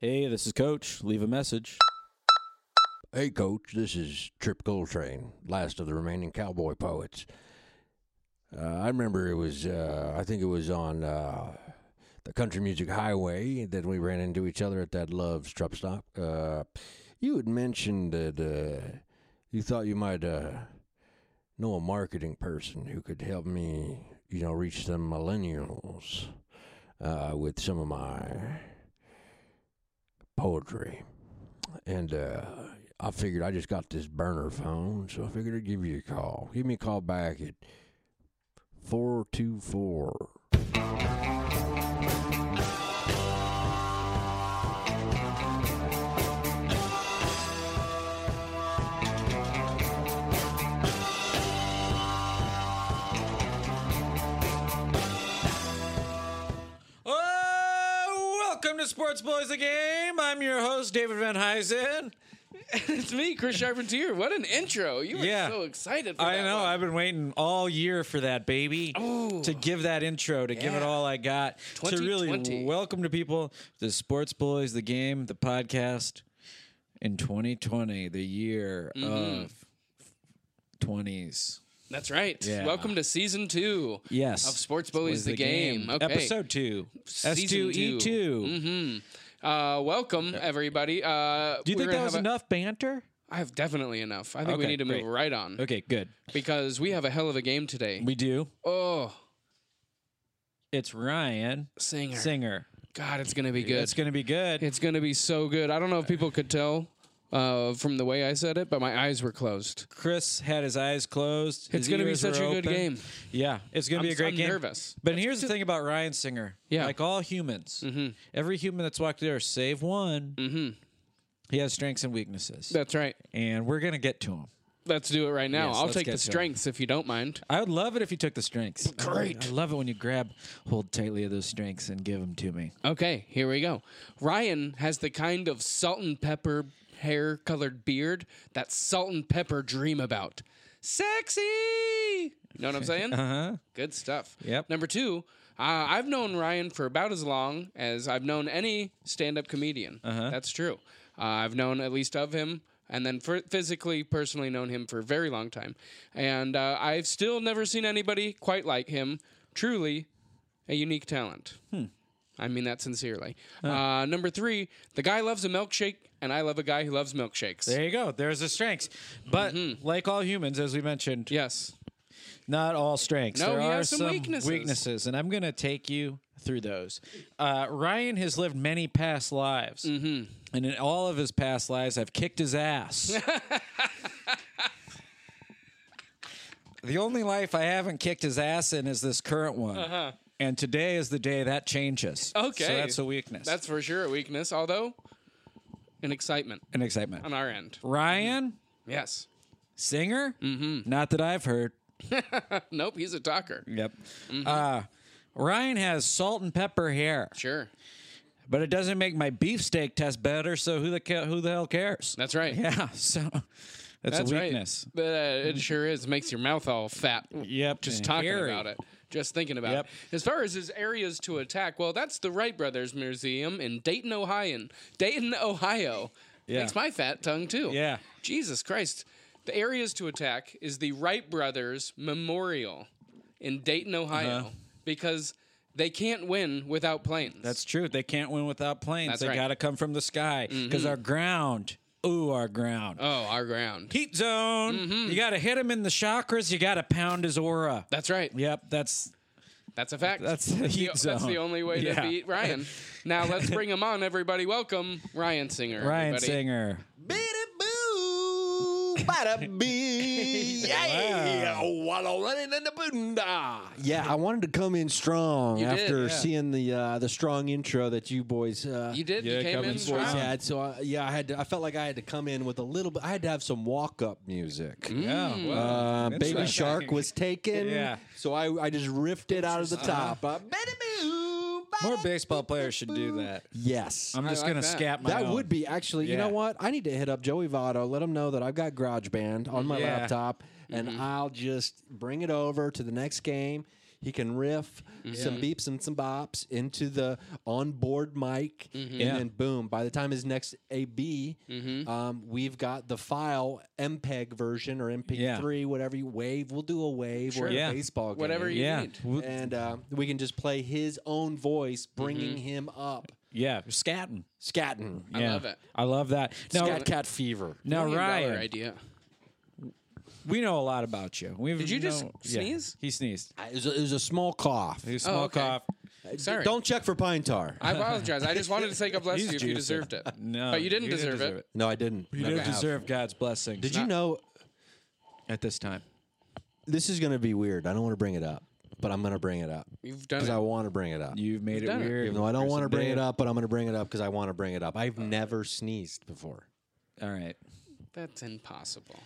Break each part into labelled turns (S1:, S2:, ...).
S1: Hey, this is Coach. Leave a message.
S2: Hey, Coach, this is Trip Coltrane, last of the remaining cowboy poets. Uh, I remember it was, uh, I think it was on uh, the Country Music Highway that we ran into each other at that Love's Truck Stop. Uh, you had mentioned that uh, you thought you might uh, know a marketing person who could help me, you know, reach some millennials uh, with some of my poetry. And uh, I figured I just got this burner phone, so I figured I'd give you a call. Give me a call back at 424.
S1: Oh, welcome to Sports Boys the Game. I'm your host, David Van Huysen.
S3: It's me, Chris Charpentier. What an intro! You were
S1: Yeah.
S3: so excited. For
S1: I
S3: that
S1: know.
S3: one.
S1: I've been waiting all year for that, baby.
S3: Ooh.
S1: To give that intro, to give it
S3: Yeah.
S1: all I got, to really
S3: 2020.
S1: welcome to people the Sports Boys, the game, the podcast in 2020, the year
S3: Mm-hmm.
S1: of 20s.
S3: That's right.
S1: Yeah.
S3: Welcome to season two.
S1: Yes.
S3: Of Sports Bullies the, game. Okay.
S1: Episode 2.
S3: Season Mm-hmm.
S1: S2E2.
S3: Uh, welcome everybody. Uh,
S1: Do you think that was enough banter?
S3: I have definitely enough. I think we
S1: Okay,
S3: need to move
S1: great.
S3: right on
S1: Okay, good.
S3: because we have a hell of a game today.
S1: We do.
S3: oh,
S1: It's Ryan
S3: singer.
S1: Singer.
S3: God, it's gonna be good.
S1: It's going to be good.
S3: It's gonna be so good. I don't know if people could tell uh, from the way I said it, but my eyes were closed.
S1: Chris had his eyes closed.
S3: It's
S1: his
S3: gonna be
S1: ears were
S3: such a good
S1: open.
S3: game.
S1: Yeah, it's going to be
S3: I'm-
S1: a great
S3: I'm
S1: game.
S3: nervous.
S1: But here's the thing about Ryan Singer.
S3: Yeah. Mm-hmm.
S1: Like all humans, every human that's walked the earth, save one, he has strengths and weaknesses.
S3: That's right.
S1: and we're going to get to him.
S3: Let's do it right now.
S1: Yes,
S3: I'll
S1: let's
S3: take
S1: get
S3: the
S1: to it.
S3: strengths if you don't mind.
S1: I would love it if you took the strengths.
S3: Great.
S1: I love it when you grab hold tightly of those strengths and give them to me.
S3: Okay, here we go. Ryan has the kind of salt and pepper hair colored beard that salt and pepper dream about. Sexy! You know what I'm saying? uh huh. Good stuff.
S1: Yep.
S3: Number two, uh, I've known Ryan for about as long as I've known any stand up comedian. Uh-huh. That's true. Uh, I've known at least of him. And then for physically, personally known him for a very long time. And uh, I've still never seen anybody quite like him. Truly a unique talent.
S1: Hmm.
S3: I mean that sincerely. Uh, number three, the guy loves a milkshake, and I love a guy who loves milkshakes.
S1: There you go. There's the strengths. But
S3: Mm-hmm.
S1: like all humans, as we mentioned,
S3: yes.
S1: not all strengths.
S3: No,
S1: there
S3: he
S1: are
S3: has some weaknesses.
S1: weaknesses, and I'm going to take you through those. Uh, Ryan has lived many past lives, mm-hmm. and in all of his past lives, I've kicked his ass. the only life I haven't kicked his ass in is this current one. Uh-huh. And today is the day that changes.
S3: Okay.
S1: So that's a weakness.
S3: That's for sure a weakness, although an excitement
S1: an excitement.
S3: on our end.
S1: Ryan,
S3: Yes.
S1: singer? Mm-hmm. Not that I've heard.
S3: Nope, he's a talker.
S1: Yep.
S3: Mm-hmm.
S1: Uh, Ryan has salt and pepper hair.
S3: Sure.
S1: but it doesn't make my beefsteak test better. So who the ca- who the hell cares?
S3: That's right.
S1: yeah. So that's,
S3: That's
S1: a
S3: right.
S1: weakness.
S3: But uh, it sure is. Makes your mouth all fat.
S1: Yep.
S3: Just
S1: and
S3: talking
S1: hairy.
S3: about it. Just thinking about
S1: Yep.
S3: it. As far as his areas to attack, well, that's the Wright Brothers Museum in Dayton, Ohio. Dayton, Ohio.
S1: Yeah.
S3: Makes my fat tongue too.
S1: Yeah.
S3: Jesus Christ. The areas to attack is the Wright Brothers Memorial in Dayton,
S1: Uh-huh.
S3: Ohio, because they can't win without planes.
S1: That's true. They can't win without planes.
S3: That's
S1: they
S3: right. Mm-hmm.
S1: got to come from the sky because our ground. Ooh, our ground.
S3: oh, our ground.
S1: Heat zone.
S3: mm-hmm.
S1: You got to hit him in the chakras. You got to pound his aura.
S3: That's right.
S1: Yep. That's
S3: That's a fact.
S1: That's the heat
S3: that's the
S1: zone.
S3: only way to
S1: Yeah.
S3: beat Ryan. Now let's bring him on, everybody. Welcome Ryan Singer.
S1: Ryan
S3: everybody.
S1: Singer.
S2: boo, bada bee,
S1: Yeah.
S2: wallow running in the boonda. Yeah, I wanted to come in strong
S3: You did,
S2: after
S3: yeah.
S2: seeing the uh, the strong intro that you boys uh,
S3: You did.
S1: Yeah,
S3: you came
S1: coming
S3: in
S1: boys.
S3: strong.
S2: Yeah, it's- so I, yeah, I had to, I felt like I had to come in with a little bit. I had to have some walk up music.
S3: Mm.
S1: Yeah. wow.
S2: Uh, Baby
S1: Interesting.
S2: Shark was taken.
S1: Yeah. Uh-huh.
S2: So I, I just riffed it out of the top. Uh, ba-da-boo,
S1: More
S2: ba-da-boo.
S1: baseball players should do that.
S2: Yes.
S1: I'm just
S3: like
S1: gonna
S3: that.
S1: scat my.
S2: that
S1: own.
S2: would be actually, you know
S1: Yeah.
S2: what? I need to hit up Joey Votto, let him know that I've got GarageBand on my
S1: Yeah.
S2: laptop, and I'll just bring it over to the next game. He can riff some beeps and some bops into the onboard mic, and
S1: Yeah.
S2: then boom. By the time his next AB, um, we've got the file MPEG version or MP3, whatever you wave. We'll do a wave or a
S1: Yeah.
S2: baseball game.
S3: Whatever you
S1: Yeah.
S3: need.
S1: W-
S2: and uh, we can just play his own voice, bringing him up.
S1: Yeah. Scatting.
S2: Scatting.
S3: I
S1: Yeah.
S3: love it.
S1: I love that. Now,
S2: Scat cat fever.
S1: now
S3: Million dollar
S1: Ryan,
S3: idea.
S1: we know a lot about you. We've
S3: Did you just
S1: know-
S3: sneeze? Oh,
S1: He sneezed.
S2: It was, a, it was a small cough.
S1: He small
S3: okay.
S1: cough.
S3: Sorry.
S2: Don't check for pine tar.
S3: I apologize. I just wanted to say God bless
S1: He's
S3: you if you
S1: juicing.
S3: deserved it.
S1: No,
S3: But you didn't deserve it.
S2: no, I didn't.
S1: You
S2: Never
S1: didn't
S2: have.
S1: deserve God's blessing.
S2: Did you know?
S1: at this time?
S2: This is going to be weird. I don't want to bring it up, but I'm going to bring it up
S3: You've done
S2: because
S3: it.
S2: I want to bring it up.
S1: You've made it
S3: done it.
S1: weird.
S2: no, I don't
S1: Chris
S2: want to
S1: and
S2: bring it
S1: Dave.
S2: up, but I'm going to bring it up because I want to bring it up.
S3: Uh.
S2: I've never sneezed before.
S1: All right.
S3: That's impossible.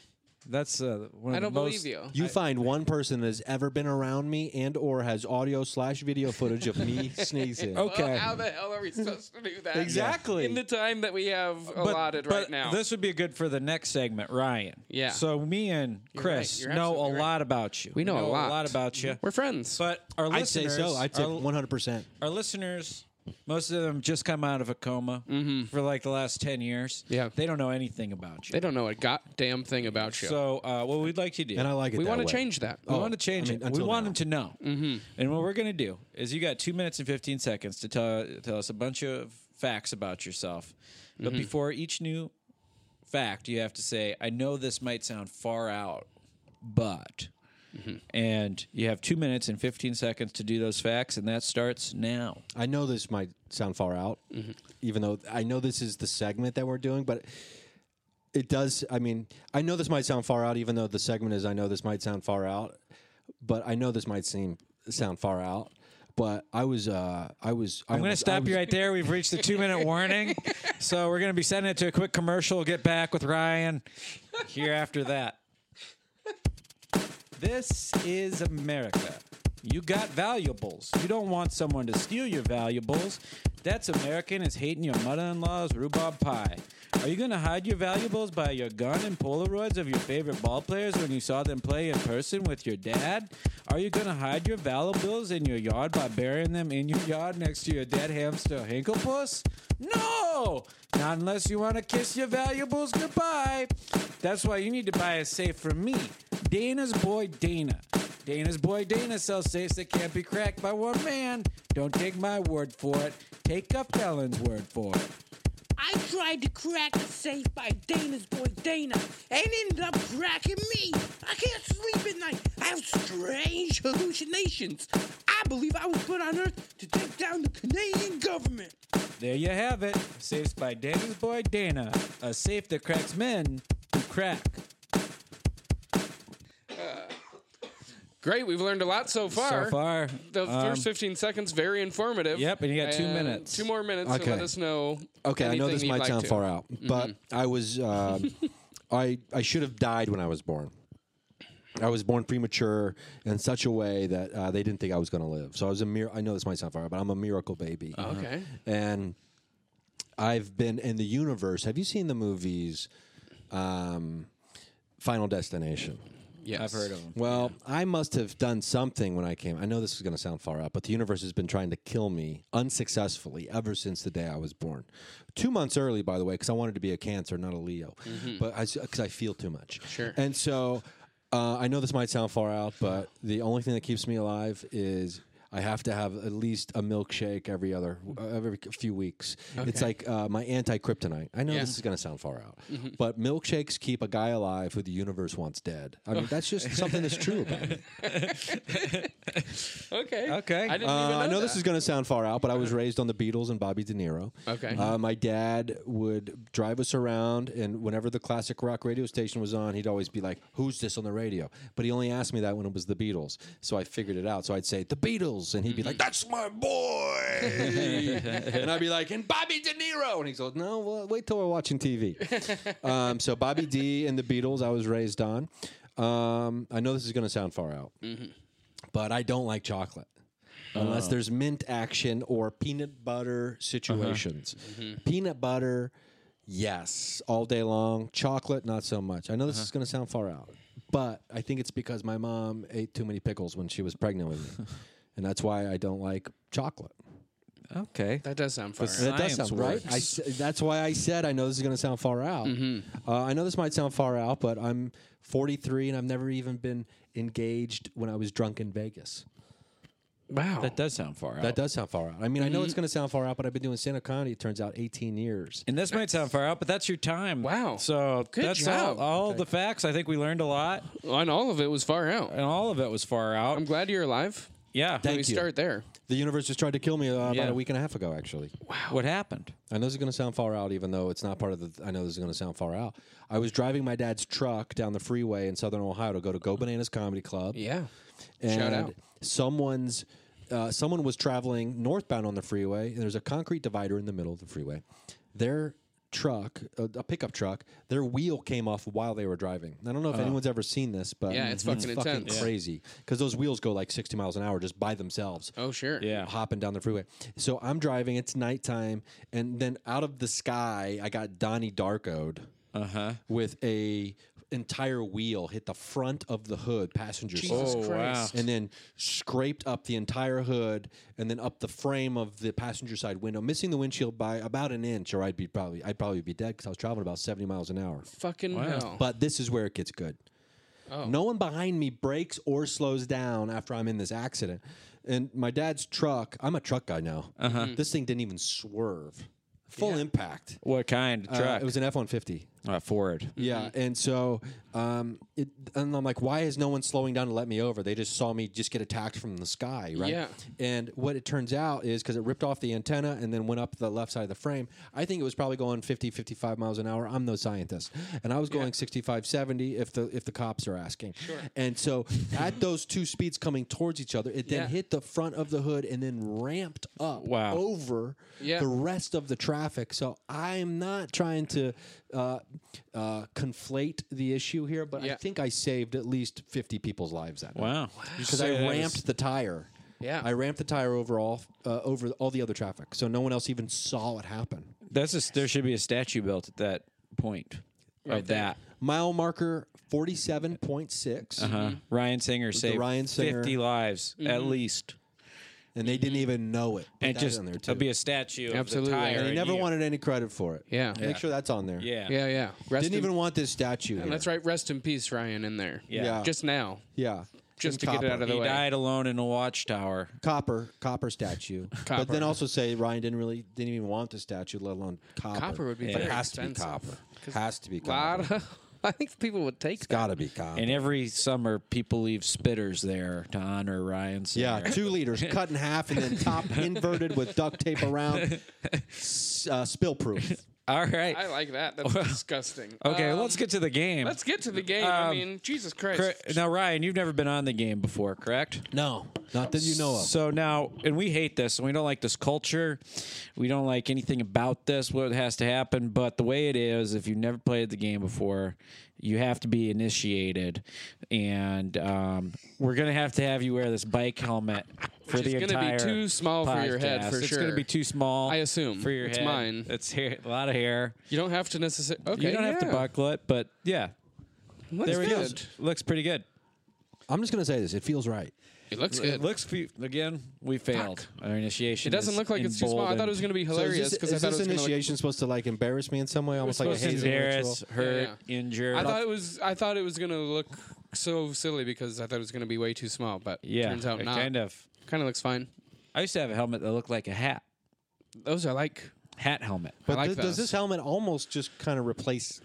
S1: That's uh, one of
S3: I don't
S1: the
S3: believe
S1: most,
S3: you.
S2: You find one person that has ever been around me and or has audio slash video footage of me sneezing.
S1: Okay.
S3: Well, how the hell are we supposed to do that?
S2: Exactly.
S3: In the time that we have allotted right
S1: but
S3: now.
S1: This would be good for the next segment, Ryan.
S3: Yeah.
S1: So me and
S3: right.
S1: Chris
S3: You're
S1: know a
S3: absolutely right.
S1: lot about you.
S3: We know a
S1: a
S3: lot.
S1: lot about you.
S3: We're friends.
S1: But our
S2: I'd say
S1: listeners,
S2: so. I'd say
S1: our-
S2: 100. percent
S1: our listeners, most of them just come out of a coma for like the last ten years.
S3: Mm-hmm. Yeah.
S1: They don't know anything about you.
S3: they don't know a goddamn thing about you.
S1: So uh, what we'd like you to do,
S2: And I like it.
S3: we
S2: want
S3: want to change that.
S1: we want to change
S2: I mean,
S1: it. We
S2: until
S1: want
S2: now.
S1: them to know. Mm-hmm. And what we're going to do is, you got two minutes and fifteen seconds to tell tell us a bunch of facts about yourself.
S3: Mm-hmm.
S1: But before each new fact, you have to say, "I know this might sound far out, but."
S3: Mm-hmm.
S1: And you have two minutes and 15 seconds to do those facts, and that starts now.
S2: I know this might sound far out,
S1: Mm-hmm.
S2: even though I know this is the segment that we're doing, but it does. I mean, I know this might sound far out, even though the segment is I know this might sound far out, but I know this might seem sound far out. But I was, uh, I was.
S1: I'm going to stop you right there. We've reached the two minute warning. So we're going to be sending it to a quick commercial. We'll get back with Ryan here after that. This is America. You got valuables. You don't want someone to steal your valuables. That's American is hating your mother in law's rhubarb pie. Are you going to hide your valuables by your gun and Polaroids of your favorite ballplayers when you saw them play in person with your dad? Are you going to hide your valuables in your yard by burying them in your yard next to your dead hamster Hinklepuss? No! Not unless you want to kiss your valuables goodbye. That's why you need to buy a safe from me. Dana's boy Dana. Dana's boy Dana sells safes that can't be cracked by one man. Don't take my word for it. Take a felon's word for it.
S4: I tried to crack the safe by Dana's boy Dana and ended up cracking me. I can't sleep at night. I have strange hallucinations. I believe I was put on Earth to take down the Canadian government.
S1: There you have it. Safes by Dana's boy Dana. A safe that cracks men who crack.
S3: Great. We've learned a lot so far.
S1: So far,
S3: The
S1: um,
S3: first 15 seconds, very informative.
S1: Yep, and you got two minutes.
S3: Two more minutes to
S2: Okay.
S3: let us know.
S2: Okay, I know
S3: anything
S2: this
S3: you'd
S2: might
S3: like
S2: sound
S3: to. Mm-hmm.
S2: far out, but I was, uh, I, I should have died when I was born. I was born premature in such a way that uh, they didn't think I was going to live. So I was a mir- I know this might sound far out, but I'm a miracle baby.
S3: Uh-huh. Okay.
S2: and I've been in the universe. Have you seen the movies um, Final Destination?
S3: Yes.
S1: I've heard of them.
S2: Well, I must have done something when I came. I know this is going to sound far out, but the universe has been trying to kill me unsuccessfully ever since the day I was born. Two months early, by the way, because I wanted to be a Cancer, not a Leo, but because I, feel too much.
S3: Sure.
S2: And so uh, I know this might sound far out, but the only thing that keeps me alive is. I have to have at least a milkshake every other uh, every few weeks. It's like uh, my anti kryptonite. I know
S3: Yeah.
S2: this is going to sound far out, but milkshakes keep a guy alive who the universe wants dead. I mean, that's just something that's true about me.
S3: Okay.
S1: Okay.
S3: I didn't
S2: Uh,
S3: even know
S2: I know this
S3: that.
S2: is going to sound far out, but I was raised on the Beatles and Bobby De Niro.
S3: Okay.
S2: Uh, my dad would drive us around, and whenever the classic rock radio station was on, he'd always be like, Who's this on the radio? But he only asked me that when it was the Beatles. So I figured it out. So I'd say, The Beatles. And he'd be like,
S3: Mm-hmm.
S2: That's my boy. and I'd be like, And Bobby De Niro. And he's like, No, well, wait till we're watching TV. um, so Bobby D and the Beatles, I was raised on. Um, I know this is going to sound far out,
S3: Mm-hmm.
S2: but I don't like chocolate unless
S1: Oh.
S2: there's mint action or peanut butter
S1: Uh-huh.
S2: situations. Peanut
S1: Uh-huh.
S2: butter, yes, all day long. Chocolate, not so much. I know this is going to sound far out, But I think it's because my mom ate too many pickles when she was pregnant with me, and that's why I don't like chocolate.
S1: Okay.
S3: That does sound far.
S1: But
S3: out.
S2: That does
S1: Science
S2: sound right.
S1: works.
S2: I s that's why I said I know this is going to sound far out. Uh, I know this might sound far out, but I'm 43 and I've never even been engaged when I was drunk in Vegas.
S3: Wow.
S1: That does sound far out.
S2: That does sound far out. I mean, I know it's going to sound far out, but I've been doing stand up comedy, it turns out, 18 years.
S1: And this might sound far out, but that's your time.
S3: Wow.
S1: So
S3: Good
S1: that's
S3: job.
S1: all, all the facts. I think we learned a lot,
S3: On all of it was far out.
S1: and all of it was far out.
S3: I'm glad you're alive.
S1: yeah.
S3: Let me
S2: you.
S3: start there.
S2: The universe just tried to kill me uh, about
S1: Yeah.
S2: a week and a half ago, actually.
S1: What happened?
S2: I know this is going to sound far out, even though it's not part of the. I know this is going to sound far out. I was driving my dad's truck down the freeway in southern Ohio to go to Go Bananas Comedy Club.
S3: Yeah.
S2: and
S3: Shout out.
S2: someone's uh, someone was traveling northbound on the freeway and there's a concrete divider in the middle of the freeway their truck a, a pickup truck their wheel came off while they were driving i don't know if anyone's ever seen this but
S3: Uh. Yeah, it's fucking intense. Yeah.
S2: crazy because those wheels go like 60 miles an hour just by themselves
S3: Oh sure.
S1: Yeah.
S2: hopping down the freeway. So I'm driving, it's nighttime, and then out of the sky, I got Donnie Darko'd uh-huh. with a entire wheel hit the front of the hood, passenger
S3: Jesus
S2: side,
S3: Christ.
S2: and then scraped up the entire hood and then up the frame of the passenger side window, missing the windshield by about an inch, or I'd be probably I'd probably be dead because I was traveling about 70 miles an hour.
S3: Fucking hell.
S2: But this is where it gets good. No one behind me brakes or slows down after I'm in this accident. And my dad's truck, I'm a truck guy now. This thing didn't even swerve. Full impact.
S1: What kind of
S2: Uh,
S1: truck?
S2: it was an F 150.
S1: uh, Ford.
S2: Yeah.
S3: Mm-hmm.
S2: And so um, it, and I'm like, why is no one slowing down to let me over? They just saw me just get attacked from the sky, right?
S3: Yeah.
S2: And what it turns out is because it ripped off the antenna and then went up the left side of the frame, I think it was probably going 50, 55 miles an hour. I'm no scientist. And I was going 65, 70 if the, if the cops are asking. Sure. And so at those two speeds coming towards each other, it then
S3: Yeah.
S2: hit the front of the hood and then ramped up
S1: Wow.
S2: over
S3: Yeah.
S2: the rest of the traffic. So I'm not trying to uh, uh, conflate the issue here, but I
S3: Yeah.
S2: think I saved at least 50 people's lives that night
S1: Wow.
S2: because I ramped the tire.
S3: Yeah.
S2: I ramped the tire over all uh, over all the other traffic, so no one else even saw it happen.
S1: That's a, there should be a statue built at that point of that.
S2: Mile marker 47.6,
S3: Uh-huh.
S1: Uh,
S3: Mm-hmm.
S1: Ryan Singer saved
S2: Ryan Singer.
S1: 50 lives at least.
S2: and they didn't even know it. Put
S1: And
S2: that
S1: just
S2: on there too.
S1: there'll be a statue
S3: Absolutely.
S1: of the tire.
S3: And
S2: and he
S1: and
S2: never
S1: you.
S2: wanted any credit for it.
S3: Yeah.
S2: make sure that's on there.
S1: Yeah.
S3: Yeah. Yeah. Rest
S2: didn't
S3: in-
S2: even want this statue. here.
S3: That's right. Rest in peace, Ryan. In there.
S1: Yeah.
S2: Yeah.
S3: Just now.
S2: Yeah,
S3: Just
S2: And
S3: to get it
S2: copper.
S3: out of the
S1: He
S3: way.
S1: died alone in a watchtower.
S2: copper copper statue. But then
S3: Copper.
S2: also say Ryan didn't really didn't even want the statue, let alone copper.
S3: Copper would be
S2: But
S3: very
S2: it has to
S3: expensive.
S2: be copper. Has to be
S3: Lot
S2: copper.
S3: of- I think people would take that.
S2: Got to be copper.
S1: And every summer, people leave spitters there to honor Ryan
S2: Yeah,
S1: Singer.
S2: two liters cut in half and then top inverted with duct tape around. S- uh, spill proof.
S1: All right.
S3: I like that. That's disgusting.
S1: Okay,
S3: Um,
S1: let's get to the um, game.
S3: let's get to the game. I mean, Jesus Christ.
S1: Cor- Now, Ryan, you've never been on the game before, correct?
S2: No, not that you know of.
S1: So now, and we hate this, and we don't like this culture. We don't like anything about this, what has to happen. But the way it is, if you've never played the game before, you have to be initiated. And um, we're going to have to have you wear this bike helmet for
S3: Which
S1: the
S3: is gonna be
S1: entire
S3: too small for your head,
S1: podcast.
S3: for
S1: it's going to
S3: sure.
S1: be too small.
S3: I assume.
S1: For your
S3: It's
S1: head.
S3: mine.
S1: It's hair, a lot of hair.
S3: You don't have to necessarily. Okay.
S1: You don't have to
S3: yeah.
S1: buckle it, but yeah.
S3: Looks
S1: There we go.
S3: good.
S1: Looks pretty good.
S2: I'm just gonna say this. It feels right.
S3: It looks
S1: It
S3: good.
S1: looks fe- again. We failed our initiation.
S3: It doesn't
S1: is
S3: look like
S1: in
S3: it's too small.
S1: bold
S3: I thought
S1: and-
S3: it was going to be
S2: So is
S3: hilarious
S2: this-
S3: because
S2: is
S3: I thought
S2: this
S3: it was going to.
S2: initiation supposed to like embarrass me in some way, almost like a
S1: supposed to
S2: hazing ritual?
S1: embarrass, hurt,
S3: Yeah,
S1: injure.
S3: I thought it was. I thought it was going to look so silly because I thought it was going to be way too small. But
S1: yeah,
S3: turns out
S1: it
S3: not.
S1: kind of.
S3: Kind of looks fine.
S1: I used to have a helmet that looked like a hat,
S3: Those I like.
S1: hat helmet.
S2: But
S3: like
S2: th- does
S3: those.
S2: this helmet almost just kind of replace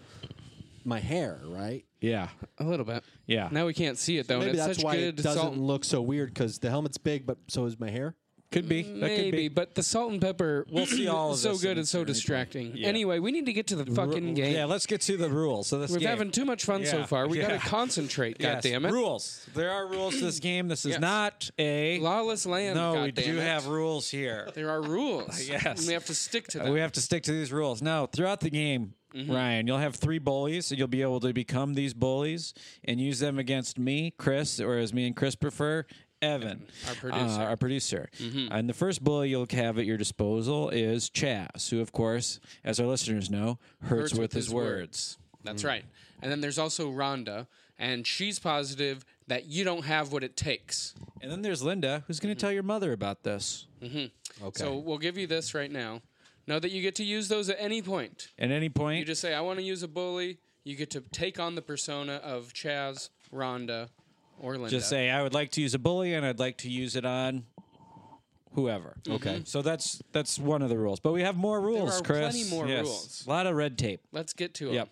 S2: my hair? Right.
S1: Yeah,
S3: A little bit.
S1: Yeah.
S3: Now we can't see it though.
S2: Maybe
S3: and it's
S2: that's
S3: Oh, such
S2: why it
S3: good
S2: doesn't
S3: salt. and-
S2: look so weird because the helmet's big, but so is my hair.
S1: could be. That could
S3: Maybe,
S1: be.
S3: but the salt and pepper. We'll
S1: see all of
S3: so
S1: this
S3: good
S1: in
S3: and so
S1: its original-
S3: distracting.
S1: Yeah.
S3: Anyway, we need to get to the fucking game.
S1: Yeah, let's get to the rules. So this
S3: We're
S1: game.
S3: having too much fun so
S1: Yeah.
S3: far. We
S1: Yeah.
S3: got to concentrate.
S1: Yes,
S3: God damn it.
S1: Rules. There are rules to this game. This is
S3: Yes.
S1: not a
S3: Lawless land.
S1: No,
S3: God
S1: we
S3: damn
S1: do
S3: it.
S1: have rules here.
S3: There are rules.
S1: Yes.
S3: And we have to stick to
S1: Uh,
S3: them.
S1: We have to stick to these rules. Now, throughout the game, Ryan, you'll have three bullies, so you'll be able to become these bullies and use them against me, Chris, or as me and Chris prefer, Evan,
S3: Our producer.
S1: Uh, our producer. Mm-hmm. And the first bully you'll have at your disposal is Chas, who, of course, as our listeners know, hurts, with, his, words. Hmm.
S3: That's right. And then there's also Rhonda, and she's positive that you don't have what it takes.
S1: And then there's Linda, who's going to tell your mother about this
S2: Okay.
S3: So we'll give you this right now. Know that you get to use those at any point.
S1: at any
S3: You
S1: point.
S3: just say, I want to use a bully. You get to take on the persona of Chaz, Rhonda, or Linda.
S1: just say I would like to use a bully and I'd like to use it on whoever.
S2: Okay.
S1: So that's that's one of the rules. But we have more rules,
S3: are
S1: Chris.
S3: plenty more
S1: Yes.
S3: rules.
S1: A lot of red tape.
S3: Let's get to
S1: Yep.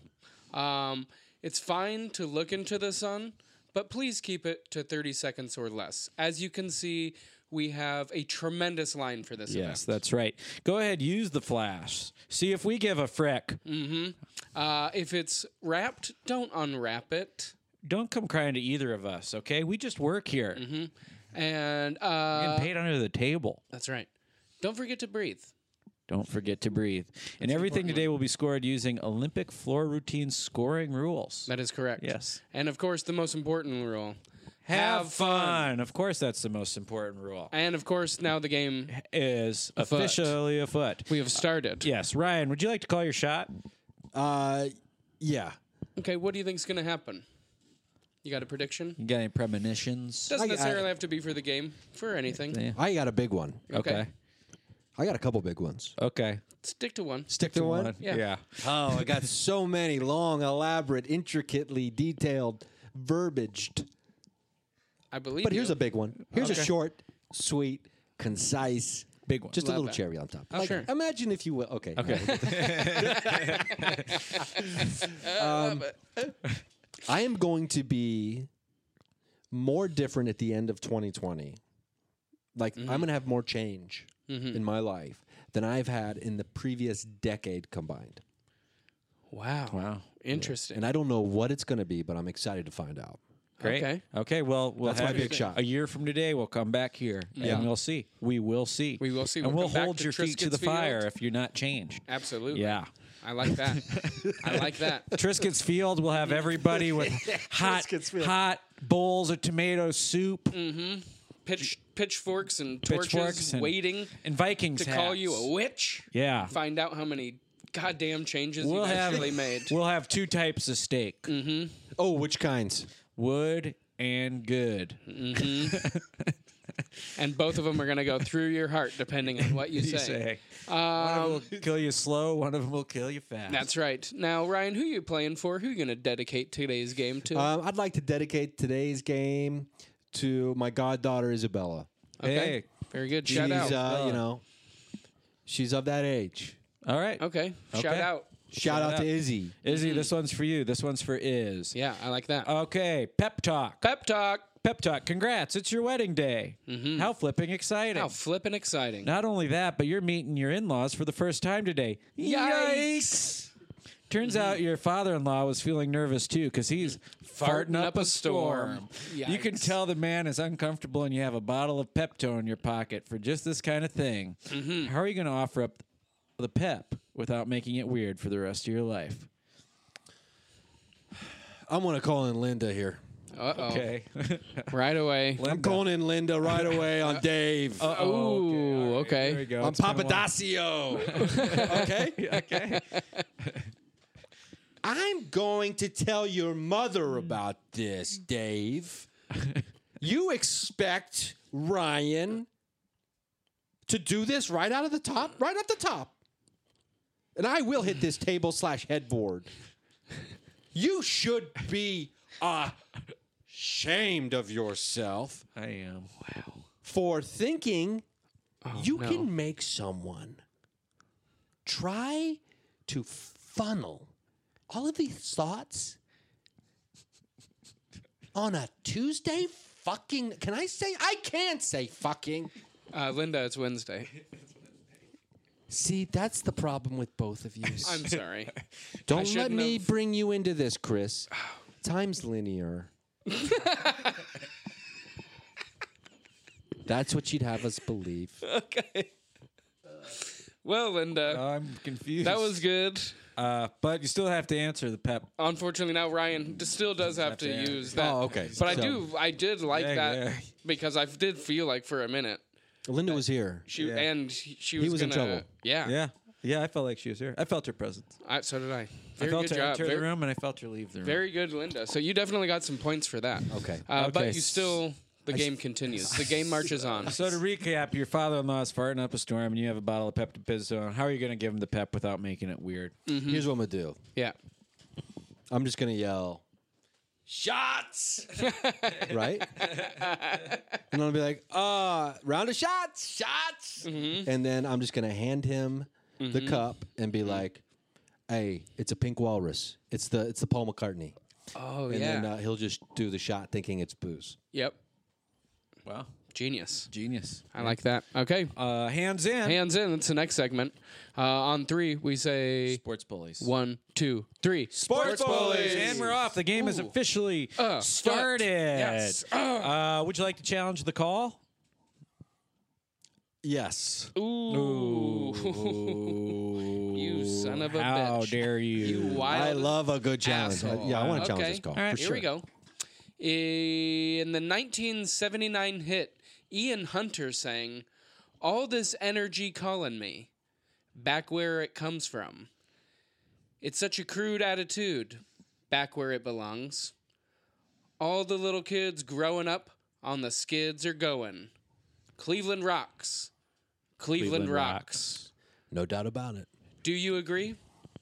S3: them. Um, it's fine to look into the sun, but please keep it to 30 seconds or less. As you can see, we have a tremendous line for this
S1: Yes,
S3: event.
S1: that's right. Go ahead, use the flash. See if we give a frick.
S3: Uh, if it's wrapped, don't unwrap it.
S1: Don't come crying to either of us, okay? We just work here.
S3: And uh,
S1: Getting paid under the table.
S3: that's right. Don't forget to breathe.
S1: Don't forget to breathe. and everything today will be scored using Olympic floor routine scoring rules.
S3: That is correct.
S1: Yes.
S3: And of course, the most important rule.
S1: Have fun. Of course, that's the most important rule.
S3: And of course, now the game
S1: Is
S3: Afoot.
S1: officially afoot.
S3: we have started.
S1: Yes, Ryan, would you like to call your shot?
S2: Uh, yeah.
S3: Okay, what do you think's going to happen? You got a prediction?
S1: You got any premonitions?
S3: Doesn't
S2: I-
S3: necessarily have to be for the game, for anything.
S1: Yeah.
S2: I got a big one.
S1: Okay.
S2: I got a couple big ones.
S1: Okay.
S3: Stick to one.
S2: Stick to one.
S3: Yeah.
S2: Oh, I got so many long, elaborate, intricately detailed, verbiaged.
S3: I believe.
S2: But here's
S3: you.
S2: a big one. Here's a short, sweet, concise, big
S1: one.
S2: Just a
S3: Love
S2: little
S3: that.
S2: cherry on top.
S3: Oh,
S2: Like,
S3: sure.
S2: Imagine if you will. Okay. Okay. Um, I am going to be more different at the end of 2020. Like
S3: Mm-hmm.
S2: I'm going to have more change in my life than I've had in the previous decade combined.
S3: Wow. Wow. Interesting.
S2: And I don't know what it's going to be, but I'm excited to find out.
S1: Great. Okay.
S3: Okay.
S1: well, we'll
S2: That's my
S1: have
S2: big shot.
S1: A year from today, we'll come back here
S2: Yeah.
S1: and we'll see. We will see.
S3: We will see.
S1: And
S3: We'll
S1: we'll
S3: come back
S1: hold
S3: to
S1: your feet to the
S3: Triscuits
S1: fire
S3: Field.
S1: if you're not changed.
S3: Absolutely.
S1: Yeah.
S3: I like that. I like that.
S1: Triscuits Field will have everybody with hot, hot bowls of tomato soup
S3: Pitch pitchforks and Mm, torches
S1: Pitchforks and-
S3: waiting
S1: and Vikings
S3: to call
S1: hats.
S3: you a witch.
S1: Yeah.
S3: Find out how many goddamn changes
S1: We'll
S3: you
S1: have
S3: actually made.
S1: We'll have two types of steak:
S2: Oh, which kinds?
S1: wood and good.
S3: And both of them are going to go through your heart, depending on what you say. Um,
S1: You say one of them will kill you slow, one of them will kill you fast.
S3: That's right. Now, Ryan, who you playing for? Who you going to dedicate today's game to?
S1: Uh,
S2: Um, I'd like to dedicate today's game to my goddaughter Isabella.
S1: okay.
S3: Very good.
S2: She's
S3: Shout out.
S2: uh, you know, she's of that age.
S1: All right.
S3: okay. Shout
S1: Okay.
S3: out.
S2: Shout, out,
S1: out.
S2: to Izzy.
S1: Izzy, this one's for you. This one's for Iz.
S3: Yeah, I like that.
S1: Uh, Okay, pep talk.
S3: Pep talk.
S1: Pep talk. Congrats, it's your wedding day. How flipping exciting.
S3: Mm-hmm. How flippin' exciting.
S1: Not only that, but you're meeting your in laws for the first time today.
S3: Yikes.
S1: Turns
S3: Mm-hmm.
S1: out your father in law was feeling nervous too because he's farting, up, a storm. You can
S3: Yikes.
S1: tell the man is uncomfortable and you have a bottle of Pepto in your pocket for just this kind of thing.
S3: Mm-hmm.
S1: How are you going to offer up the pep without making it weird for the rest of your life?
S2: I'm gonna call in Linda here.
S3: Uh oh.
S1: Okay.
S3: Right away.
S2: I'm calling in Linda right away on Dave.
S1: Oh,
S3: Ooh, okay.
S1: There we go.
S2: on
S1: It's been a while.
S2: Papadocio. okay.
S1: Okay.
S2: I'm going to tell your mother about this, Dave. you expect Ryan to do this right out of the top, right at the top. And I will hit this table slash headboard. You should be ashamed of yourself
S1: I am.
S2: for thinking you
S3: Oh, no.
S2: can make someone try to funnel all of these thoughts on a Tuesday fucking can I say I can't say fucking
S3: Uh, Linda, it's Wednesday.
S2: See, that's the problem with both of you.
S3: I'm sorry.
S2: Don't let
S3: shouldn't
S2: me
S3: have- Oh.
S2: bring you into this, Chris. Time's linear. that's what you'd have us believe.
S3: okay. Well, Linda,
S1: I'm confused.
S3: that was good.
S1: Uh, but you still have to answer the pep.
S3: Unfortunately, now Ryan d- still does have to
S1: to-
S3: use that.
S2: Oh, okay.
S3: But I
S2: So-
S3: do, I did like
S1: Yeah,
S3: that
S1: yeah.
S3: because I f- did feel like for a minute
S2: Linda was here.
S3: she
S1: Yeah.
S3: and he- she was
S2: was in
S3: gonna,
S2: trouble.
S3: Yeah,
S1: Yeah. Yeah, I felt like she was here. I felt her presence.
S3: I, so did I. Very
S1: I felt
S3: good
S1: her
S3: job.
S1: enter
S3: Very,
S1: the room and I felt her leave the room.
S3: very good, Linda. So you definitely got some points for that.
S2: Okay.
S3: Uh,
S1: Okay.
S3: But you still, the game continues. The game marches on.
S1: so to recap, your father-in-law is farting up a storm, and you have a bottle of Pep to piss on. How are you going to give him the Pep without making it weird?
S3: Mm.
S2: Here's what I'm gonna do.
S3: Yeah.
S2: I'm just gonna yell,
S1: Shots.
S2: right? and I'll be like, uh, round of shots, shots.
S3: Mm-hmm.
S2: And then I'm just gonna hand him the cup and be like, hey, it's a pink walrus. It's the it's the Paul McCartney.
S3: Oh,
S2: And
S3: yeah.
S2: then uh, he'll just do the shot thinking it's booze.
S3: yep.
S1: Wow,
S3: Genius.
S1: genius.
S3: I like that. Okay.
S1: Uh, hands in.
S3: Hands in. That's the next segment. Uh, on three, we say
S1: Sports bullies.
S3: one, two, three.
S1: Sports, bullies. And we're off. The game is officially
S3: Uh,
S1: started.
S3: yes. Uh.
S1: Uh, would you like to challenge the call?
S2: Yes.
S3: Ooh. you son of a
S1: How
S3: bitch.
S1: dare you?
S3: You wild.
S2: I love a good challenge. I-
S3: asshole. Uh,
S2: yeah, I want to challenge
S3: Okay.
S2: this call.
S1: All right.
S2: for
S3: Here we
S2: sure.
S3: go. In the 1979 hit, Ian Hunter sang, All This Energy Calling Me, Back Where It Comes From. It's such a crude attitude, back where it belongs. All the little kids growing up on the skids are going. Cleveland rocks. Cleveland,
S1: Cleveland
S3: rocks.
S1: rocks.
S2: No doubt about it.
S3: Do you agree?